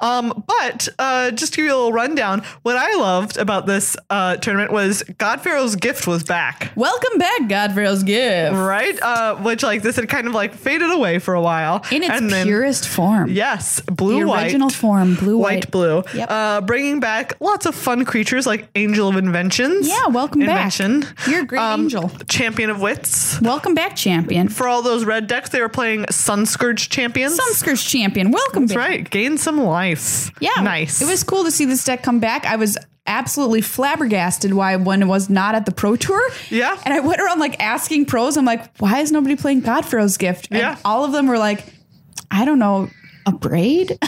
Speaker 2: Um, but uh, just to give you a little rundown, what I loved about this uh, tournament was God Pharaoh's gift was back,
Speaker 1: Welcome back, Godfrey's gift
Speaker 2: right? Uh, which like this had kind of like faded away for a while,
Speaker 1: in its
Speaker 2: and then
Speaker 1: purest form.
Speaker 2: yes, blue
Speaker 1: the
Speaker 2: white.
Speaker 1: original form, blue
Speaker 2: White,
Speaker 1: white,
Speaker 2: blue,
Speaker 1: Yep.
Speaker 2: uh, bringing back lots of fun creatures like Angel of Inventions.
Speaker 1: Yeah, welcome back.
Speaker 2: Invention. Um,
Speaker 1: You're a great angel.
Speaker 2: Champion of Wits.
Speaker 1: Welcome back, champion.
Speaker 2: for all those red decks, they were playing Sunscourge Champions.
Speaker 1: Sunscourge champion. Welcome
Speaker 2: That's
Speaker 1: back.
Speaker 2: right. Gain some life.
Speaker 1: Yeah.
Speaker 2: Nice.
Speaker 1: It was cool to see this deck come back. I was absolutely flabbergasted why one was not at the pro tour.
Speaker 2: Yeah.
Speaker 1: And I went around like asking pros, I'm like, why is nobody playing Godfrey's gift? And
Speaker 2: Yeah.
Speaker 1: all of them were like, I don't know, a braid?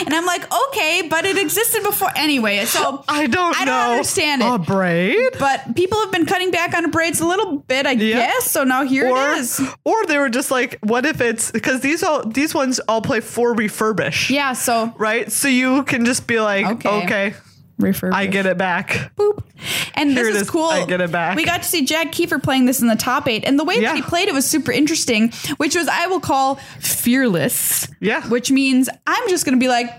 Speaker 1: and I'm like, okay, but it existed before anyway. So
Speaker 2: I don't
Speaker 1: I
Speaker 2: know.
Speaker 1: don't understand it.
Speaker 2: A braid?
Speaker 1: but people have been cutting back on braids a little bit, I
Speaker 2: Yeah.
Speaker 1: guess. So now here
Speaker 2: Or,
Speaker 1: it is.
Speaker 2: or they were just like, what if it's because these all these ones all play four refurbish.
Speaker 1: Yeah, so
Speaker 2: Right? So you can just be like,
Speaker 1: Okay.
Speaker 2: okay,
Speaker 1: refurb.
Speaker 2: I get it back.
Speaker 1: boop. And
Speaker 2: Here
Speaker 1: this
Speaker 2: it
Speaker 1: is
Speaker 2: is.
Speaker 1: cool.
Speaker 2: I get it back.
Speaker 1: We got to see Jack Kiefer playing this in the top eight, and the way that
Speaker 2: Yeah.
Speaker 1: he played it was super interesting, which was I will call fearless.
Speaker 2: Yeah.
Speaker 1: Which means I'm just going to be like,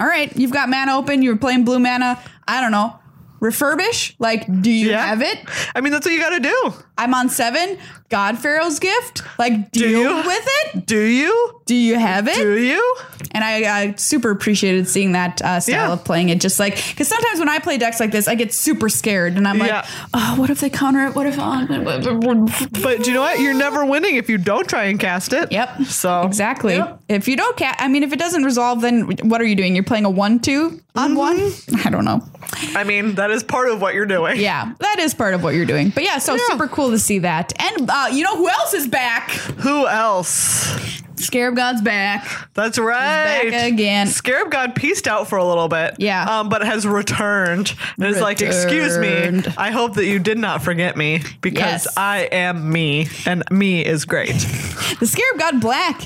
Speaker 1: all right, you've got mana open. You were playing blue mana. I don't know. Refurbish? Like, do you
Speaker 2: Yeah.
Speaker 1: have it?
Speaker 2: I mean, that's what you got to do.
Speaker 1: I'm on seven. God Pharaoh's gift. Like, deal
Speaker 2: you?
Speaker 1: with it.
Speaker 2: Do you?
Speaker 1: Do you have it?
Speaker 2: Do you?
Speaker 1: And I, I super appreciated seeing that uh, style
Speaker 2: Yeah.
Speaker 1: of playing it. Just like, because sometimes when I play decks like this, I get super scared and I'm like,
Speaker 2: Yeah.
Speaker 1: oh, what if they counter it? What if. oh, Uh,
Speaker 2: But do you know what? You're never winning if you don't try and cast it.
Speaker 1: yep.
Speaker 2: So
Speaker 1: Exactly.
Speaker 2: Yep.
Speaker 1: If you don't cat, I mean, if it doesn't resolve, then what are you doing? You're playing a one, two on one? I don't know.
Speaker 2: I mean, that is part of what you're doing.
Speaker 1: Yeah, that is part of what you're doing. But yeah, so
Speaker 2: Yeah.
Speaker 1: super cool to see that. And uh, you know who else is back?
Speaker 2: Who else?
Speaker 1: Scarab God's back.
Speaker 2: That's right.
Speaker 1: again.
Speaker 2: Scarab God pieced out for a little bit.
Speaker 1: Yeah.
Speaker 2: Um, but has returned. And is like, excuse me.
Speaker 1: Returned.
Speaker 2: I hope that you did not forget me because
Speaker 1: Yes.
Speaker 2: I am me and me is great.
Speaker 1: The Scarab God Black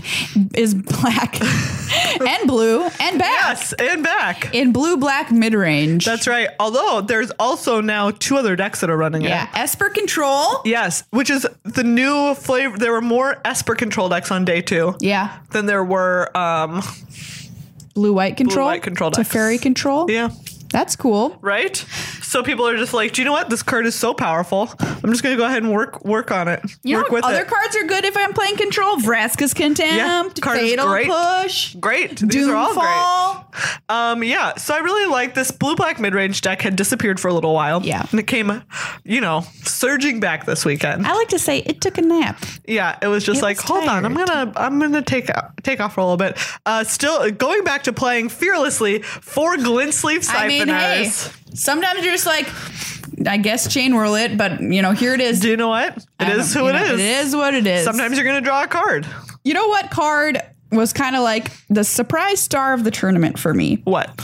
Speaker 1: is black and blue and back.
Speaker 2: yes, and back.
Speaker 1: in blue black mid range.
Speaker 2: That's right. Although there's also now two other decks that are running
Speaker 1: yeah.
Speaker 2: it.
Speaker 1: Esper control.
Speaker 2: Yes, which is the new flavor. There were more Esper control decks on day two
Speaker 1: Yeah.
Speaker 2: than there were. Um,
Speaker 1: Blue white control.
Speaker 2: white control
Speaker 1: To
Speaker 2: decks.
Speaker 1: fairy control.
Speaker 2: yeah,
Speaker 1: That's cool.
Speaker 2: right. So people are just like, do you know what? This card is so powerful. I'm just gonna go ahead and work work on it.
Speaker 1: You
Speaker 2: work
Speaker 1: know,
Speaker 2: with
Speaker 1: other
Speaker 2: it.
Speaker 1: cards are good if I'm playing control. Vraska's contempt.
Speaker 2: Yeah, card is
Speaker 1: fatal
Speaker 2: great.
Speaker 1: push.
Speaker 2: Great. These are all
Speaker 1: Doomfall.
Speaker 2: great. Um, yeah. So I really like this blue black mid range deck had disappeared for a little while.
Speaker 1: Yeah.
Speaker 2: And it came, you know, surging back this weekend.
Speaker 1: I like to say it took a nap.
Speaker 2: yeah. It was just
Speaker 1: It
Speaker 2: like,
Speaker 1: was
Speaker 2: hold on, I'm
Speaker 1: tired.
Speaker 2: gonna I'm gonna take take off for a little bit. Uh still going back to playing fearlessly for Glintleaf Siphoners.
Speaker 1: I mean, hey, sometimes you're just like, I guess chain whirl it, but you know, here it is.
Speaker 2: Do you know what? It
Speaker 1: I
Speaker 2: is
Speaker 1: don't-
Speaker 2: who
Speaker 1: you
Speaker 2: it
Speaker 1: know,
Speaker 2: is.
Speaker 1: It is what it is.
Speaker 2: Sometimes you're gonna draw a card.
Speaker 1: you know what card was kind of like the surprise star of the tournament for me.
Speaker 2: What?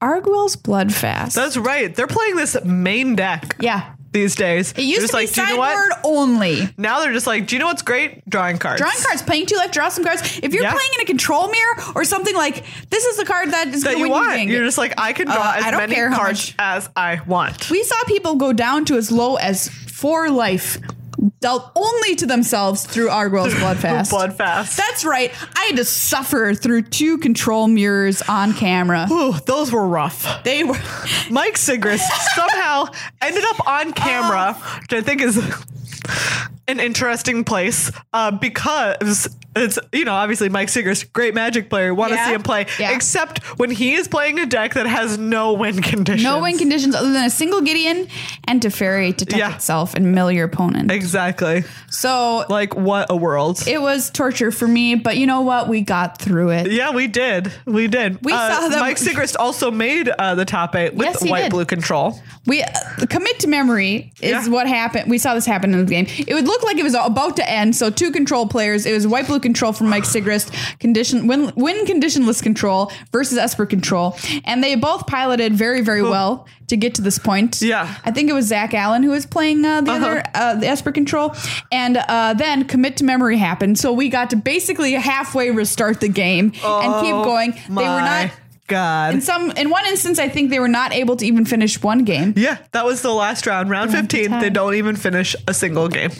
Speaker 1: Arguel's Bloodfast.
Speaker 2: That's right. They're playing this main deck
Speaker 1: yeah.
Speaker 2: these days.
Speaker 1: It used
Speaker 2: Just
Speaker 1: to be
Speaker 2: like, do you know what?
Speaker 1: sideboard only.
Speaker 2: Now they're just like, do you know what's great? Drawing cards.
Speaker 1: Drawing cards, playing two life, draw some cards. If you're
Speaker 2: Yeah.
Speaker 1: playing in a control mirror or something like this is the card that is
Speaker 2: that
Speaker 1: going
Speaker 2: you
Speaker 1: to
Speaker 2: want.
Speaker 1: win.
Speaker 2: You're just like, I can draw
Speaker 1: Uh,
Speaker 2: as
Speaker 1: I don't
Speaker 2: many
Speaker 1: care how
Speaker 2: cards
Speaker 1: much-
Speaker 2: as I want.
Speaker 1: we saw people go down to as low as four life, dealt only to themselves through Argwell's Bloodfast.
Speaker 2: Bloodfast.
Speaker 1: That's right. I had to suffer through two control mirrors on camera.
Speaker 2: Ooh, those were rough.
Speaker 1: They were
Speaker 2: Mike Sigrist somehow ended up on camera, which I think is an interesting place uh, because It's you know obviously Mike Seeger's great magic player. Want to
Speaker 1: Yeah.
Speaker 2: see him play,
Speaker 1: Yeah.
Speaker 2: except when he is playing a deck that has no win conditions.
Speaker 1: No win conditions other than a single Gideon and to Teferi to tuck
Speaker 2: Yeah.
Speaker 1: itself and mill your opponent.
Speaker 2: Exactly.
Speaker 1: So
Speaker 2: Like what a world.
Speaker 1: it was torture for me, but you know what? We got through it.
Speaker 2: Yeah, we did. We did. Uh,
Speaker 1: We saw them-
Speaker 2: Mike Sigrist also made uh, the top eight with
Speaker 1: Yes, he
Speaker 2: white
Speaker 1: did.
Speaker 2: blue control.
Speaker 1: We uh, commit to memory is
Speaker 2: Yeah.
Speaker 1: what happened. We saw this happen in the game. It would look like it was about to end. So two control players. It was white blue control from Mike Sigrist, condition win win conditionless control versus Esper control, and they both piloted very very well to get to this point.
Speaker 2: Yeah. Uh-huh.
Speaker 1: I think it was Zach Allen who was playing uh, the other uh, the Esper control, and uh, then commit to memory happened. So we got to basically halfway restart the game and keep going. they were
Speaker 2: Oh My
Speaker 1: not.
Speaker 2: God.
Speaker 1: In some, in one instance, I think they were not able to even finish one game.
Speaker 2: yeah, that was the last round, round
Speaker 1: Round to
Speaker 2: 15. They
Speaker 1: ten. Oh,
Speaker 2: don't even finish a single game.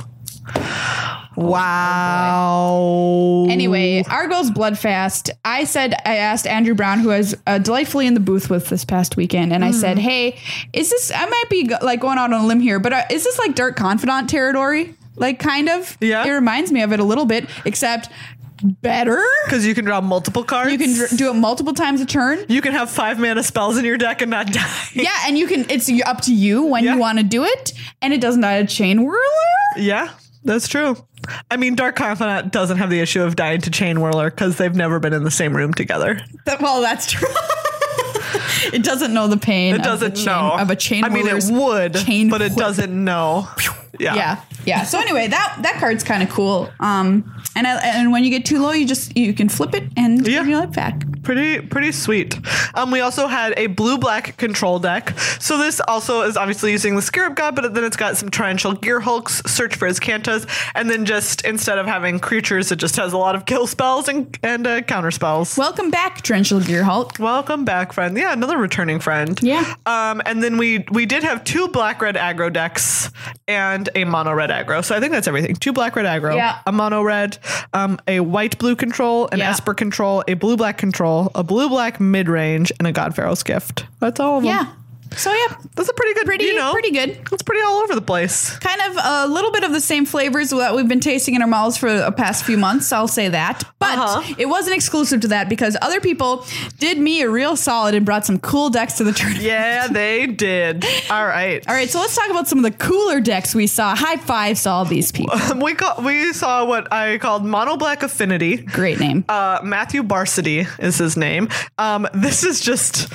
Speaker 2: Wow.
Speaker 1: Anyway, our goal's Bloodfast. I said, I asked Andrew Brown, who I was uh, delightfully in the booth with this past weekend, and I
Speaker 2: Mm.
Speaker 1: said, hey, is this, I might be go- like going out on a limb here, but uh, is this like Dark Confidant territory? Like, kind of.
Speaker 2: Yeah.
Speaker 1: It reminds me of it a little bit, except better.
Speaker 2: Because you can draw multiple cards.
Speaker 1: You can dr- do it multiple times a turn.
Speaker 2: you can have five mana spells in your deck and not die.
Speaker 1: Yeah, and you can, it's up to you when
Speaker 2: Yeah.
Speaker 1: you want to do it, and it doesn't add a chain whirler.
Speaker 2: Yeah, that's true. I mean, Dark Confidant doesn't have the issue of dying to Chain Whirler because they've never been in the same room together.
Speaker 1: That- well, that's true. It doesn't know the pain.
Speaker 2: It doesn't
Speaker 1: of the chain,
Speaker 2: know
Speaker 1: of a chain.
Speaker 2: I mean, it
Speaker 1: whirler's
Speaker 2: would,
Speaker 1: chain
Speaker 2: but it
Speaker 1: whip.
Speaker 2: doesn't know. Yeah.
Speaker 1: yeah yeah so anyway that that card's kind of cool um and I, and when you get too low you just you can flip it and
Speaker 2: Yeah.
Speaker 1: give your life back
Speaker 2: pretty pretty sweet. Um, we also had a blue black control deck. So this also is obviously using the Scarab God, but then it's got some torrential Gear Hulks, Search for His Cantas, and then just instead of having creatures, it just has a lot of kill spells and and uh, counter spells.
Speaker 1: welcome back torrential gear hulk
Speaker 2: Welcome back, friend. Yeah, another returning friend.
Speaker 1: Yeah.
Speaker 2: Um, and then we we did have two black red aggro decks and a mono red aggro. So I think that's everything. Two black red aggro,
Speaker 1: Yeah.
Speaker 2: a mono red, um, a white blue control, an
Speaker 1: Yeah.
Speaker 2: Esper control, a blue black control, a blue black mid range, and a God Pharaoh's gift. That's all of them.
Speaker 1: yeah so yeah
Speaker 2: That's a pretty good
Speaker 1: pretty
Speaker 2: you know,
Speaker 1: pretty good
Speaker 2: It's pretty all over the place.
Speaker 1: kind of a little bit of the same flavors that we've been tasting in our malls for the past few months i'll say that but
Speaker 2: Uh-huh.
Speaker 1: it wasn't exclusive to that because other people did me a real solid and brought some cool decks to the tournament
Speaker 2: Yeah, they did. All right.
Speaker 1: all right so let's talk about some of the cooler decks we saw high fives to all these people
Speaker 2: We call, we saw what I called mono black affinity.
Speaker 1: great name
Speaker 2: uh, Matthew Barsity is his name. Um, this is just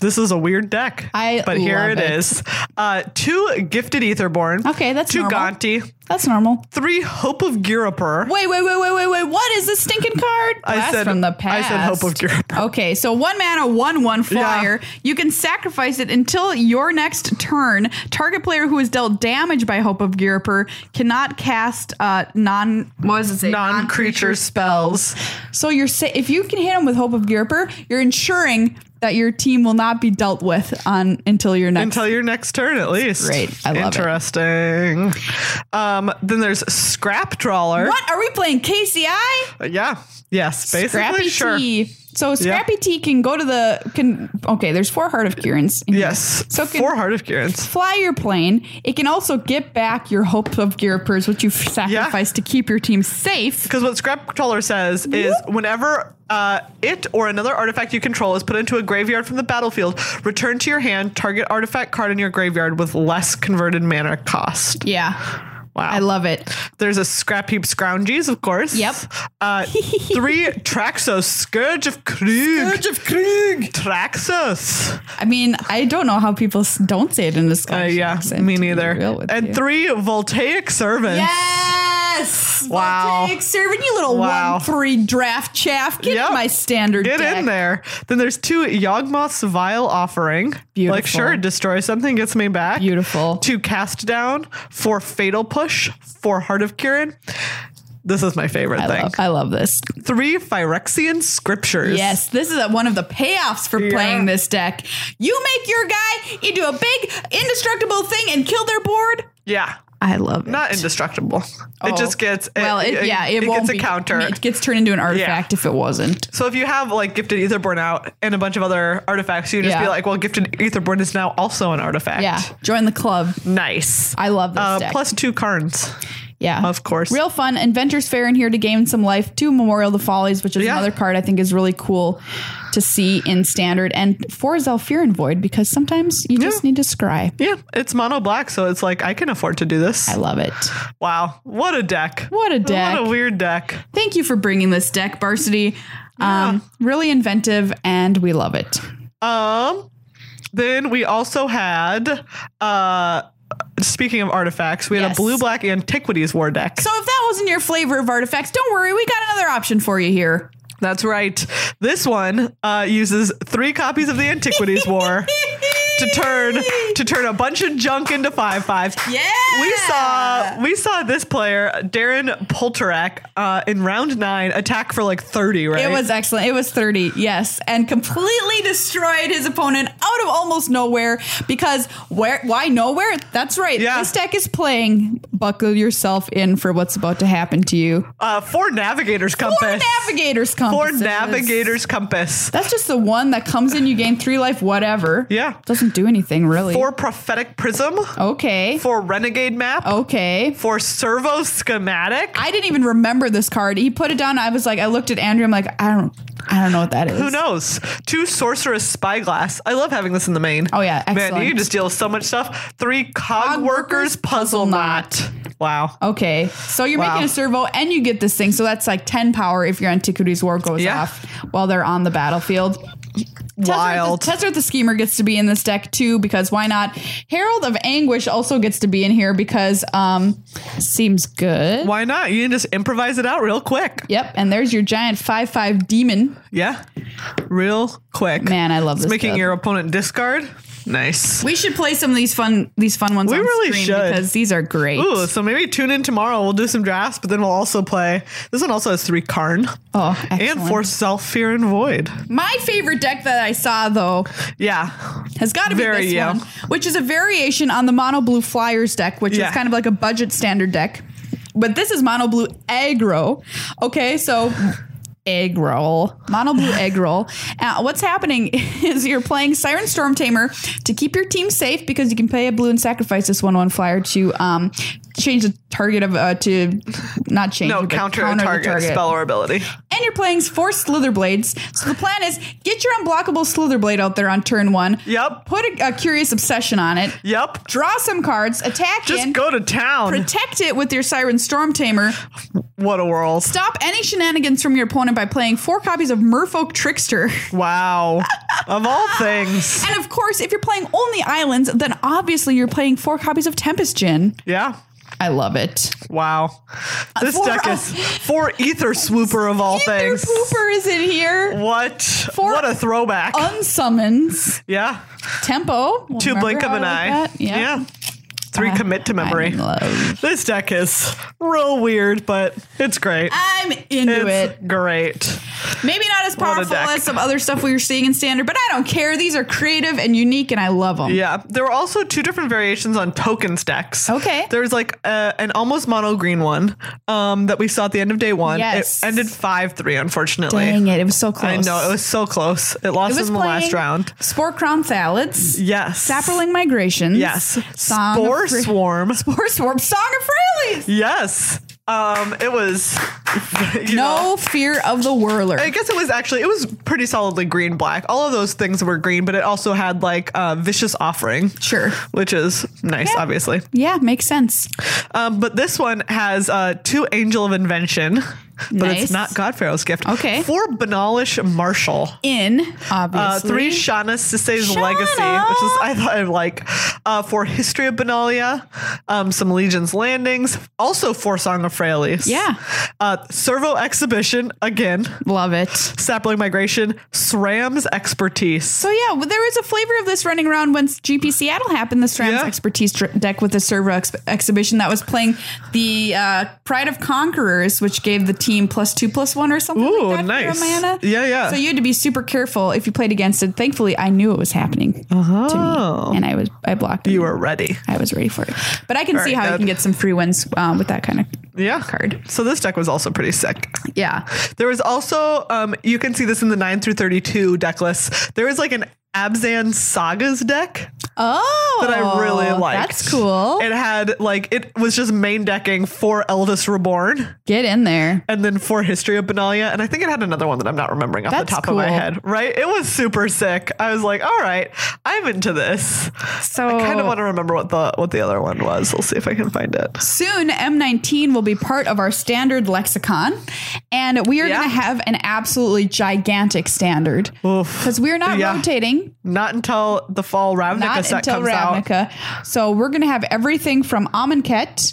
Speaker 2: this is a weird deck.
Speaker 1: I
Speaker 2: but here
Speaker 1: love
Speaker 2: it
Speaker 1: it.
Speaker 2: is. Uh, two gifted Etherborn.
Speaker 1: Okay, that's
Speaker 2: two
Speaker 1: normal.
Speaker 2: Gonti,
Speaker 1: that's normal
Speaker 2: three Hope of Gurupur.
Speaker 1: Wait, wait, wait, wait, wait, wait. What is this stinking card?
Speaker 2: I
Speaker 1: Blast
Speaker 2: said-
Speaker 1: from the
Speaker 2: I
Speaker 1: past.
Speaker 2: said Hope of Europe.
Speaker 1: Okay, so one mana, one one flyer. You can sacrifice it until your next turn. Target player who is dealt damage by Hope of Giriper cannot cast uh, non what was it say?
Speaker 2: Non-creature spells.
Speaker 1: So you're sa- if you can hit him with Hope of Giriper, you're ensuring that your team will not be dealt with on until your next.
Speaker 2: Until your next turn, at least.
Speaker 1: great. I love it.
Speaker 2: Interesting. Um, then there's Scrap Trawler.
Speaker 1: what are we playing? KCI.
Speaker 2: Yeah. Yes. Basically.
Speaker 1: Scrappy
Speaker 2: sure.
Speaker 1: Tea. So Scrappy Tea can go to the can. Okay, there's four Heart of Kieran's. in here.
Speaker 2: Yes.
Speaker 1: So can-
Speaker 2: Four Heart of Curans.
Speaker 1: Fly your plane. It can also get back your hope of Gearpers, which you've sacrificed to keep your team safe.
Speaker 2: Because what Scrap Trawler says is whenever uh, it or another artifact you control is put into a graveyard from the battlefield, return to your hand target artifact card in your graveyard with less converted mana cost.
Speaker 1: Yeah.
Speaker 2: Wow.
Speaker 1: I love it.
Speaker 2: There's a Scrap Heap Scroungies, of course.
Speaker 1: Yep.
Speaker 2: Uh, three Traxos, Scourge of Krug.
Speaker 1: of Krieg.
Speaker 2: Traxos.
Speaker 1: I mean, I don't know how people s- don't say it in this
Speaker 2: Uh,
Speaker 1: Scottish
Speaker 2: yeah,
Speaker 1: accent,
Speaker 2: me
Speaker 1: to be
Speaker 2: neither.
Speaker 1: real with
Speaker 2: And
Speaker 1: you.
Speaker 2: three Voltaic Servants.
Speaker 1: Yes.
Speaker 2: Wow.
Speaker 1: Voltaic servant, you little
Speaker 2: Wow.
Speaker 1: one three draft chaff. Get
Speaker 2: Yep.
Speaker 1: my standard.
Speaker 2: Get
Speaker 1: deck.
Speaker 2: in there. Then there's two Yawgmoth's Vile Offering. Like,
Speaker 1: Beautiful.
Speaker 2: sure, destroy something, gets me back.
Speaker 1: Beautiful.
Speaker 2: Two Cast Down, four Fatal Push, four Heart of Kirin. This is my favorite
Speaker 1: I
Speaker 2: thing.
Speaker 1: love, I love this.
Speaker 2: Three Phyrexian Scriptures.
Speaker 1: Yes, this is a, one of the payoffs for
Speaker 2: Yeah.
Speaker 1: playing this deck. You make your guy into a big indestructible thing and kill their board.
Speaker 2: Yeah.
Speaker 1: I love it.
Speaker 2: Not indestructible.
Speaker 1: Oh.
Speaker 2: It just gets.
Speaker 1: well, it, yeah, it, won't
Speaker 2: gets
Speaker 1: be-
Speaker 2: a counter.
Speaker 1: It gets turned into an artifact if it wasn't.
Speaker 2: so if you have like gifted Etherborn out and a bunch of other artifacts, you can just
Speaker 1: Yeah.
Speaker 2: be like, well, gifted Etherborn is now also an artifact.
Speaker 1: Yeah, join the club.
Speaker 2: Nice.
Speaker 1: I love this
Speaker 2: Uh,
Speaker 1: deck.
Speaker 2: plus two Karns.
Speaker 1: Yeah.
Speaker 2: Of course.
Speaker 1: Real fun. Inventors Fair in here to gain some life to Memorial the Follies, which is
Speaker 2: Yeah.
Speaker 1: another card I think is really cool to see in standard. And for Zalfirin Void, because sometimes you just need to scry.
Speaker 2: Yeah, it's mono black, so it's like I can afford to do this.
Speaker 1: I love it.
Speaker 2: Wow, what a deck!
Speaker 1: What a deck.
Speaker 2: What a weird deck.
Speaker 1: Thank you for bringing this deck, Varsity. Um, Really inventive, and we love it.
Speaker 2: Um, then we also had, uh, speaking of artifacts, we had
Speaker 1: Yes.
Speaker 2: a blue black antiquities war deck.
Speaker 1: So if that wasn't your flavor of artifacts, don't worry. We got another option for you here.
Speaker 2: That's right. This one uh, uses three copies of the antiquities war to turn to turn a bunch of junk into five fives.
Speaker 1: Yeah.
Speaker 2: We saw we saw this player Darren Polterak uh, in round nine attack for like thirty, right?
Speaker 1: It was excellent. It was 30, yes, and completely destroyed his opponent out of almost nowhere because where why nowhere? That's right.
Speaker 2: Yeah.
Speaker 1: This deck is playing. Buckle yourself in for what's about to happen to you.
Speaker 2: uh, four navigators compass.
Speaker 1: Four navigators
Speaker 2: Four
Speaker 1: compasses.
Speaker 2: navigators compass.
Speaker 1: That's just the one that comes in, you gain three life, whatever.
Speaker 2: Yeah.
Speaker 1: Doesn't do anything really.
Speaker 2: Four prophetic prism.
Speaker 1: Okay.
Speaker 2: Four renegade map.
Speaker 1: Okay.
Speaker 2: For servo schematic.
Speaker 1: Oh. I didn't even remember this card. He put it down. I was like, I looked at Andrew. I'm like, I don't, I don't know what that is.
Speaker 2: Who knows? Two sorceress spyglass. I love having this in the main.
Speaker 1: Oh, yeah,
Speaker 2: man,
Speaker 1: excellent.
Speaker 2: you can just deal with so much stuff. Three cog
Speaker 1: Cog
Speaker 2: workers
Speaker 1: workers
Speaker 2: puzzle
Speaker 1: puzzle Oh.
Speaker 2: knot. Wow.
Speaker 1: Okay, so you're
Speaker 2: Wow.
Speaker 1: making a servo and you get this thing. So that's like 10 power if your Antiquities War goes
Speaker 2: Yeah.
Speaker 1: off while they're on the battlefield. Tezzeret
Speaker 2: Wild.
Speaker 1: the, Tezzeret the Schemer gets to be in this deck too because why not? Herald of Anguish also gets to be in here because um seems good.
Speaker 2: Why not? You can just improvise it out real quick.
Speaker 1: Yep, and there's your giant 5 5 demon.
Speaker 2: Yeah. Real quick.
Speaker 1: Man, I love this.
Speaker 2: Making
Speaker 1: build.
Speaker 2: your opponent discard. Nice.
Speaker 1: we should play some of these fun these fun ones.
Speaker 2: We
Speaker 1: on
Speaker 2: really
Speaker 1: screen
Speaker 2: should.
Speaker 1: because these are great.
Speaker 2: Ooh, so maybe tune in tomorrow. We'll do some drafts, but then we'll also play. This one also has three Karn
Speaker 1: Oh, excellent.
Speaker 2: and four Self Fear and Void.
Speaker 1: My favorite deck that I saw though
Speaker 2: Yeah,
Speaker 1: has got to be
Speaker 2: Very,
Speaker 1: this
Speaker 2: yeah.
Speaker 1: one, which is a variation on the mono blue flyers deck, which
Speaker 2: Yeah.
Speaker 1: is kind of like a budget standard deck. But this is mono blue aggro. Okay, so egg roll, mono blue egg roll. Uh, what's happening is you're playing Siren Storm Tamer to keep your team safe because you can play a blue and sacrifice this one one flyer to um, change the target of uh, to not change
Speaker 2: no
Speaker 1: it, but
Speaker 2: counter, a
Speaker 1: the
Speaker 2: target, spell or ability.
Speaker 1: and you're playing four Slither Blades. So the plan is get your unblockable Slither Blade out there on turn one.
Speaker 2: Yep.
Speaker 1: Put a, a Curious Obsession on it.
Speaker 2: Yep,
Speaker 1: Draw some cards. Attack
Speaker 2: just
Speaker 1: in.
Speaker 2: go to town.
Speaker 1: Protect it with your Siren Storm Tamer.
Speaker 2: what a world!
Speaker 1: Stop any shenanigans from your opponent by playing four copies of Merfolk Trickster.
Speaker 2: Wow, of all things,
Speaker 1: And of course, if you're playing only islands, then obviously you're playing four copies of Tempest Gin.
Speaker 2: yeah.
Speaker 1: I love it.
Speaker 2: Wow, this
Speaker 1: four-
Speaker 2: deck is for Ether Swooper of all
Speaker 1: Ether
Speaker 2: things.
Speaker 1: Pooper is in here.
Speaker 2: What?
Speaker 1: Four-
Speaker 2: what a throwback!
Speaker 1: Unsummons.
Speaker 2: yeah,
Speaker 1: Tempo.
Speaker 2: two
Speaker 1: Remember
Speaker 2: blink of
Speaker 1: how
Speaker 2: an
Speaker 1: I like
Speaker 2: eye.
Speaker 1: that? Uh,
Speaker 2: Yeah. three commit to memory.
Speaker 1: I love
Speaker 2: This deck is real weird, but it's great.
Speaker 1: I'm into
Speaker 2: It's
Speaker 1: it.
Speaker 2: great.
Speaker 1: Maybe not as
Speaker 2: a
Speaker 1: powerful
Speaker 2: deck.
Speaker 1: as some other stuff we were seeing in standard, but I don't care. These are creative and unique, and I love them.
Speaker 2: Yeah, there were also two different variations on token stacks.
Speaker 1: Okay.
Speaker 2: there was like a, an almost mono green one um, that we saw at the end of day one.
Speaker 1: Yes.
Speaker 2: It ended five three, unfortunately.
Speaker 1: Dang it, it was so close.
Speaker 2: I know it was so close. It lost in the last round.
Speaker 1: Spore Crown Thalids,
Speaker 2: Yes.
Speaker 1: Sapperling Migrations,
Speaker 2: Yes.
Speaker 1: Song
Speaker 2: Spore
Speaker 1: of Fra-
Speaker 2: swarm.
Speaker 1: Spore Swarm, Song of Fraley's.
Speaker 2: Yes. Um, it was. you know,
Speaker 1: No fear of the Whirler.
Speaker 2: I guess it was actually it was pretty solidly green black. All of those things were green, but it also had like uh, vicious offering,
Speaker 1: Sure.
Speaker 2: which is nice,
Speaker 1: Yeah.
Speaker 2: obviously.
Speaker 1: Yeah, makes sense.
Speaker 2: Um, but this one has uh, two Angel of Invention, but
Speaker 1: Nice.
Speaker 2: it's not God Pharaoh's gift.
Speaker 1: Okay.
Speaker 2: Four Banalish Marshall.
Speaker 1: In obviously
Speaker 2: Uh, three Shauna Sisse's
Speaker 1: Shauna!
Speaker 2: Legacy, which is I thought I like. Uh, for History of Benalia, um, some Legion's Landings, also for Song of Fraley's.
Speaker 1: Yeah.
Speaker 2: Uh, Servo Exhibition, again,
Speaker 1: love it.
Speaker 2: Sapling Migration, SRAM's Expertise.
Speaker 1: So yeah, well, there was a flavor of this running around once GP Seattle happened. The Strams
Speaker 2: Yeah.
Speaker 1: expertise dr- deck with the server ex- exhibition that was playing the uh, Pride of Conquerors, which gave the team plus two plus one or something.
Speaker 2: Ooh,
Speaker 1: like that for
Speaker 2: nice.
Speaker 1: a mana.
Speaker 2: Yeah, yeah.
Speaker 1: So you had to be super careful if you played against it. Thankfully, I knew it was happening to me, and I was I blocked. it.
Speaker 2: Uh-huh. You are ready.
Speaker 1: I was ready for it, but I can
Speaker 2: Very
Speaker 1: see how
Speaker 2: good.
Speaker 1: you can get some free wins um, with that kind of
Speaker 2: Yeah.
Speaker 1: card.
Speaker 2: So this deck was also pretty sick.
Speaker 1: Yeah,
Speaker 2: There was also, um, you can see this in the 9 through 32 deck list. There was like an Abzan Sagas deck.
Speaker 1: Oh,
Speaker 2: that I really liked.
Speaker 1: That's cool.
Speaker 2: It had like it was just main decking for Elvis Reborn
Speaker 1: Get in there.
Speaker 2: and then for History of Benalia, and I think it had another one that I'm not remembering off
Speaker 1: That's
Speaker 2: the top of my
Speaker 1: cool.
Speaker 2: head. Right? It was super sick. I was like, all right, I'm into this.
Speaker 1: So
Speaker 2: I kind of want to remember what the what the other one was. We'll see if I can find it.
Speaker 1: Soon, M19 will be part of our standard lexicon, and we are
Speaker 2: Yeah.
Speaker 1: going to have an absolutely gigantic standard
Speaker 2: Oof.
Speaker 1: because we're not
Speaker 2: Yeah.
Speaker 1: rotating,
Speaker 2: Not until the fall Ravnica
Speaker 1: not
Speaker 2: set
Speaker 1: until
Speaker 2: comes out.
Speaker 1: Ravnica. So we're going to have everything from Amonkhet.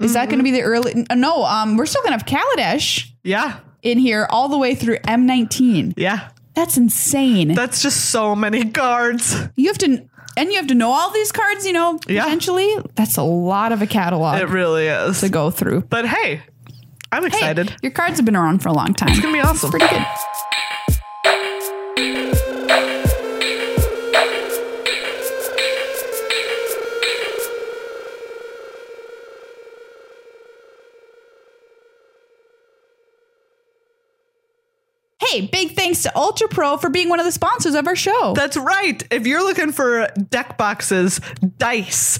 Speaker 1: Is that
Speaker 2: Mm-hmm.
Speaker 1: going to be the early? uh, No, um, we're still going to have Kaladesh
Speaker 2: Yeah.
Speaker 1: in here all the way through M19.
Speaker 2: Yeah.
Speaker 1: That's insane.
Speaker 2: That's just so many cards.
Speaker 1: you have to. And you have to know all these cards, you know,
Speaker 2: Yeah.
Speaker 1: potentially. That's a lot of a catalog
Speaker 2: It really is.
Speaker 1: to go through.
Speaker 2: But hey, I'm
Speaker 1: Hey,
Speaker 2: excited.
Speaker 1: your cards have been around for a long time. It's
Speaker 2: gonna be awesome.
Speaker 1: pretty good. Hey, big thanks to Ultra Pro for being one of the sponsors of our show.
Speaker 2: That's right. If you're looking for deck boxes, dice,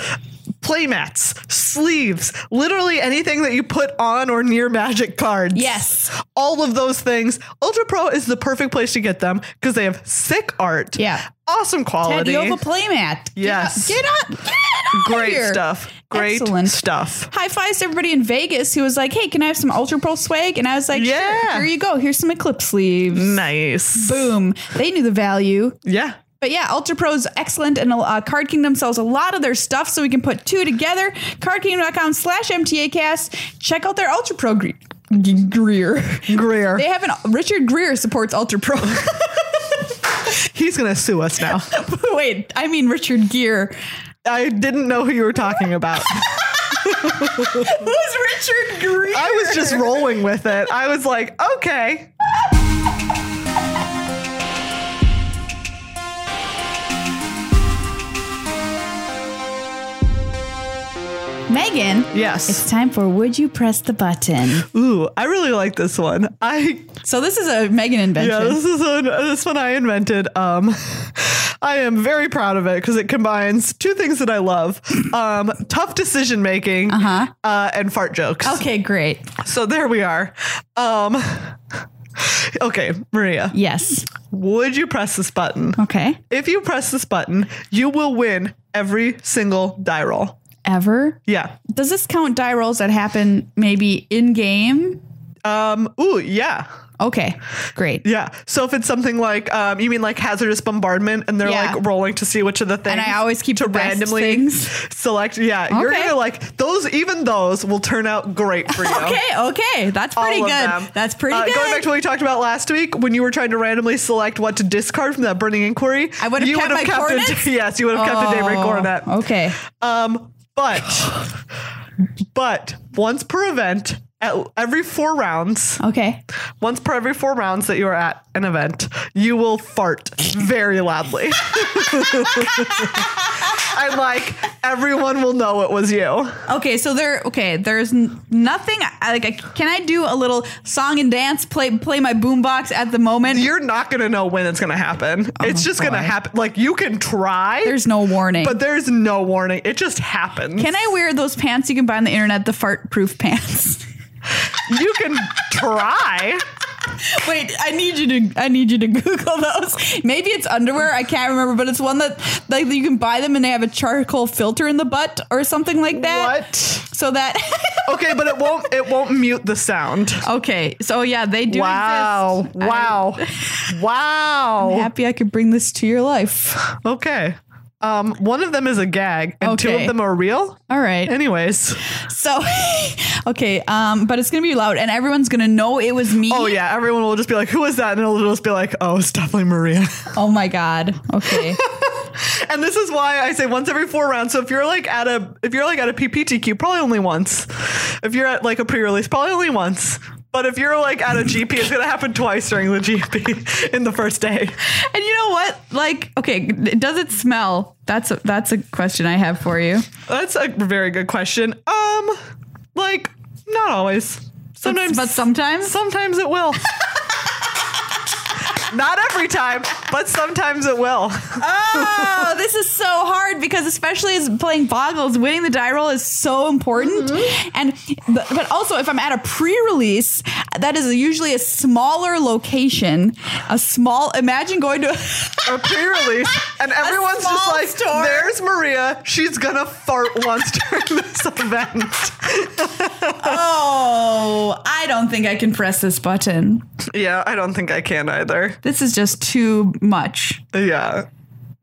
Speaker 2: playmats, sleeves, literally anything that you put on or near magic cards.
Speaker 1: Yes.
Speaker 2: All of those things. Ultra Pro is the perfect place to get them because they have sick art.
Speaker 1: Yeah.
Speaker 2: Awesome quality.
Speaker 1: Tediova Playmat.
Speaker 2: Yes.
Speaker 1: Get up. Get up.
Speaker 2: Great stuff. Great
Speaker 1: Excellent.
Speaker 2: stuff.
Speaker 1: high fives to everybody in Vegas who was like, "Hey, can I have some Ultra Pro swag?" And I was like,
Speaker 2: Yeah.
Speaker 1: "Sure, here you go. Here's some Eclipse sleeves."
Speaker 2: Nice.
Speaker 1: Boom. They knew the value.
Speaker 2: Yeah.
Speaker 1: But yeah, Ultra Pro's excellent, and uh, Card Kingdom sells a lot of their stuff, so we can put two together. CardKingdom.com slash MTAcast. Check out their Ultra Pro Gre- G- Greer.
Speaker 2: Greer.
Speaker 1: They have an Richard Greer supports Ultra Pro.
Speaker 2: He's going to sue us now.
Speaker 1: Wait, I mean Richard Gear.
Speaker 2: I didn't know who you were talking about.
Speaker 1: Who's Richard Greer?
Speaker 2: I was just rolling with it. I was like, okay.
Speaker 1: Megan. It's
Speaker 2: Yes.
Speaker 1: time for Would You Press the Button?
Speaker 2: Ooh, I really like this one. I
Speaker 1: So this is a Megan
Speaker 2: yeah,
Speaker 1: invention.
Speaker 2: this is a, this one I invented. Um, I am very proud of it because it combines two things that I love: um, tough decision making
Speaker 1: Uh-huh.
Speaker 2: uh, and fart jokes.
Speaker 1: Okay, great.
Speaker 2: So there we are. Um, okay, Maria,
Speaker 1: Yes.
Speaker 2: would you press this button?
Speaker 1: Okay.
Speaker 2: If you press this button, you will win every single die roll.
Speaker 1: Ever?
Speaker 2: Yeah.
Speaker 1: Does this count die rolls that happen maybe in game?
Speaker 2: Um, ooh, yeah.
Speaker 1: Okay, great.
Speaker 2: Yeah. So if it's something like, um, you mean like hazardous bombardment, and they're
Speaker 1: Yeah.
Speaker 2: like rolling to see which of the things.
Speaker 1: And I always keep
Speaker 2: to
Speaker 1: the best
Speaker 2: randomly
Speaker 1: things.
Speaker 2: select. Yeah, you're
Speaker 1: Okay.
Speaker 2: gonna like those. Even those will turn out great for you.
Speaker 1: Okay, okay. That's
Speaker 2: All
Speaker 1: pretty
Speaker 2: of
Speaker 1: good.
Speaker 2: them.
Speaker 1: That's pretty
Speaker 2: Uh,
Speaker 1: good.
Speaker 2: Going back to what we talked about last week, when you were trying to randomly select what to discard from that burning inquiry,
Speaker 1: I would've
Speaker 2: you
Speaker 1: kept
Speaker 2: would've
Speaker 1: my
Speaker 2: a-
Speaker 1: coordinates?
Speaker 2: yes, you would have kept a Daybreak
Speaker 1: Oh,
Speaker 2: Coronet.
Speaker 1: Okay.
Speaker 2: Um, but but once per event, at every four rounds,
Speaker 1: Okay.
Speaker 2: once per every four rounds that you are at an event, you will fart very loudly. and like everyone will know it was you.
Speaker 1: Okay, so there okay, there's n- nothing I- like I, can I do a little song and dance play play my boombox at the moment?
Speaker 2: You're not gonna know when it's gonna happen. it's just
Speaker 1: boy.
Speaker 2: gonna happen. Like you can try,
Speaker 1: Oh There's no warning.
Speaker 2: but there's no warning. It just happens.
Speaker 1: can I wear those pants you can buy on the internet, the fart proof pants?
Speaker 2: you can try.
Speaker 1: Wait, I need you to I need you to Google those. Maybe it's underwear. I can't remember, but it's one that like you can buy them and they have a charcoal filter in the butt or something like that.
Speaker 2: What?
Speaker 1: So that
Speaker 2: Okay, but it won't. It won't mute the sound.
Speaker 1: okay. So yeah, they do.
Speaker 2: Wow!
Speaker 1: exist.
Speaker 2: Wow! wow!
Speaker 1: I'm happy I could bring this to your life.
Speaker 2: Okay. Um, one of them is a gag, and two
Speaker 1: Okay.
Speaker 2: of them are real.
Speaker 1: All right.
Speaker 2: Anyways,
Speaker 1: So okay, um, but it's gonna be loud and everyone's gonna know it was me.
Speaker 2: oh yeah, everyone will just be like, "Who is that?" And it'll just be like, "Oh, it's definitely Maria."
Speaker 1: Oh my god. Okay.
Speaker 2: and this is why I say once every four rounds. So if you're like at a if you're like at a PPTQ, probably only once. If you're at like a pre-release, probably only once. But if you're like at a GP, it's gonna happen twice during the GP in the first day.
Speaker 1: and you know what? Like, okay, does it smell? That's a, that's a question I have for you.
Speaker 2: That's a very good question. Um, like not always. Sometimes,
Speaker 1: but sometimes
Speaker 2: Sometimes it will. Not every time. but sometimes it will.
Speaker 1: Oh, this is so hard because especially as playing boggles, winning the die roll is so important.
Speaker 2: Mm-hmm.
Speaker 1: And but, but also if I'm at a pre-release, that is usually a smaller location, a small. Imagine going to.
Speaker 2: A pre-release, and everyone's just
Speaker 1: small
Speaker 2: like,
Speaker 1: store.
Speaker 2: "There's Maria. She's gonna fart once during this event."
Speaker 1: oh, I don't think I can press this button.
Speaker 2: Yeah, I don't think I can either.
Speaker 1: This is just too much.
Speaker 2: Yeah,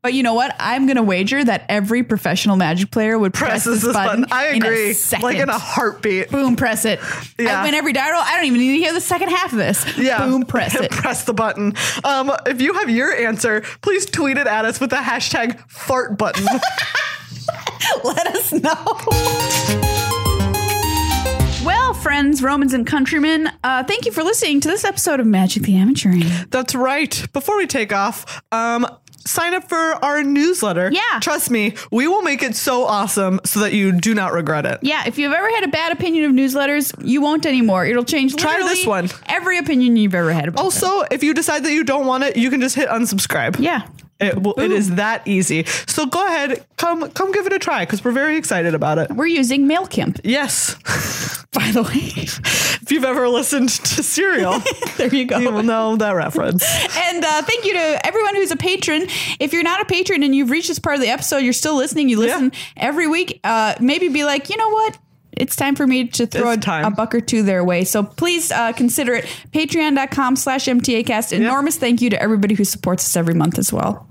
Speaker 1: But you know what? I'm gonna wager that every professional Magic player would press
Speaker 2: presses this button. I agree.
Speaker 1: In a second.
Speaker 2: like in a heartbeat.
Speaker 1: Boom, press it.
Speaker 2: Yeah.
Speaker 1: I win every die roll. I don't even need to hear the second half of this.
Speaker 2: Yeah.
Speaker 1: Boom, press it.
Speaker 2: press the button. Um, if you have your answer, please tweet it at us with the hashtag fart button.
Speaker 1: Let us know. Well, friends, Romans, and countrymen, uh, thank you for listening to this episode of Magic the Amateuring.
Speaker 2: That's right. Before we take off, um, sign up for our newsletter.
Speaker 1: Yeah.
Speaker 2: Trust me, we will make it so awesome so that you do not regret it.
Speaker 1: Yeah, if you've ever had a bad opinion of newsletters, you won't anymore. It'll change.
Speaker 2: Try
Speaker 1: literally
Speaker 2: this one.
Speaker 1: Every opinion you've ever had about. them.
Speaker 2: Also, if you decide that you don't want it, you can just hit unsubscribe.
Speaker 1: yeah,
Speaker 2: It, will, it is that easy. So go ahead, come come give it a try because we're very excited about it.
Speaker 1: we're using MailChimp,
Speaker 2: Yes.
Speaker 1: by the way.
Speaker 2: if you've ever listened to Serial,
Speaker 1: there you go.
Speaker 2: you will know that reference.
Speaker 1: And uh, thank you to everyone who's a patron. If you're not a patron and you've reached this part of the episode, you're still listening, you listen every week, uh, maybe be like, you know what? It's time for me to throw a,
Speaker 2: It's time.
Speaker 1: a buck or two their way. So please uh, consider it. Patreon.com slash MTAcast. Enormous thank you to everybody who supports us every month as well.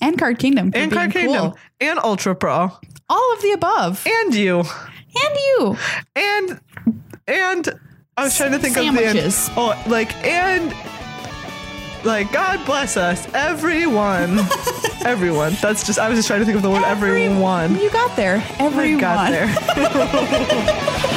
Speaker 1: And Card Kingdom. for
Speaker 2: and
Speaker 1: being
Speaker 2: Card Kingdom
Speaker 1: cool.
Speaker 2: and Ultra Pro
Speaker 1: All of the above.
Speaker 2: and you
Speaker 1: And you.
Speaker 2: and and I was trying to think
Speaker 1: Sandwiches.
Speaker 2: of the oh like and like God bless us everyone everyone that's just I was just trying to think of the word everyone
Speaker 1: You got there.
Speaker 2: I
Speaker 1: Everyone.
Speaker 2: got there.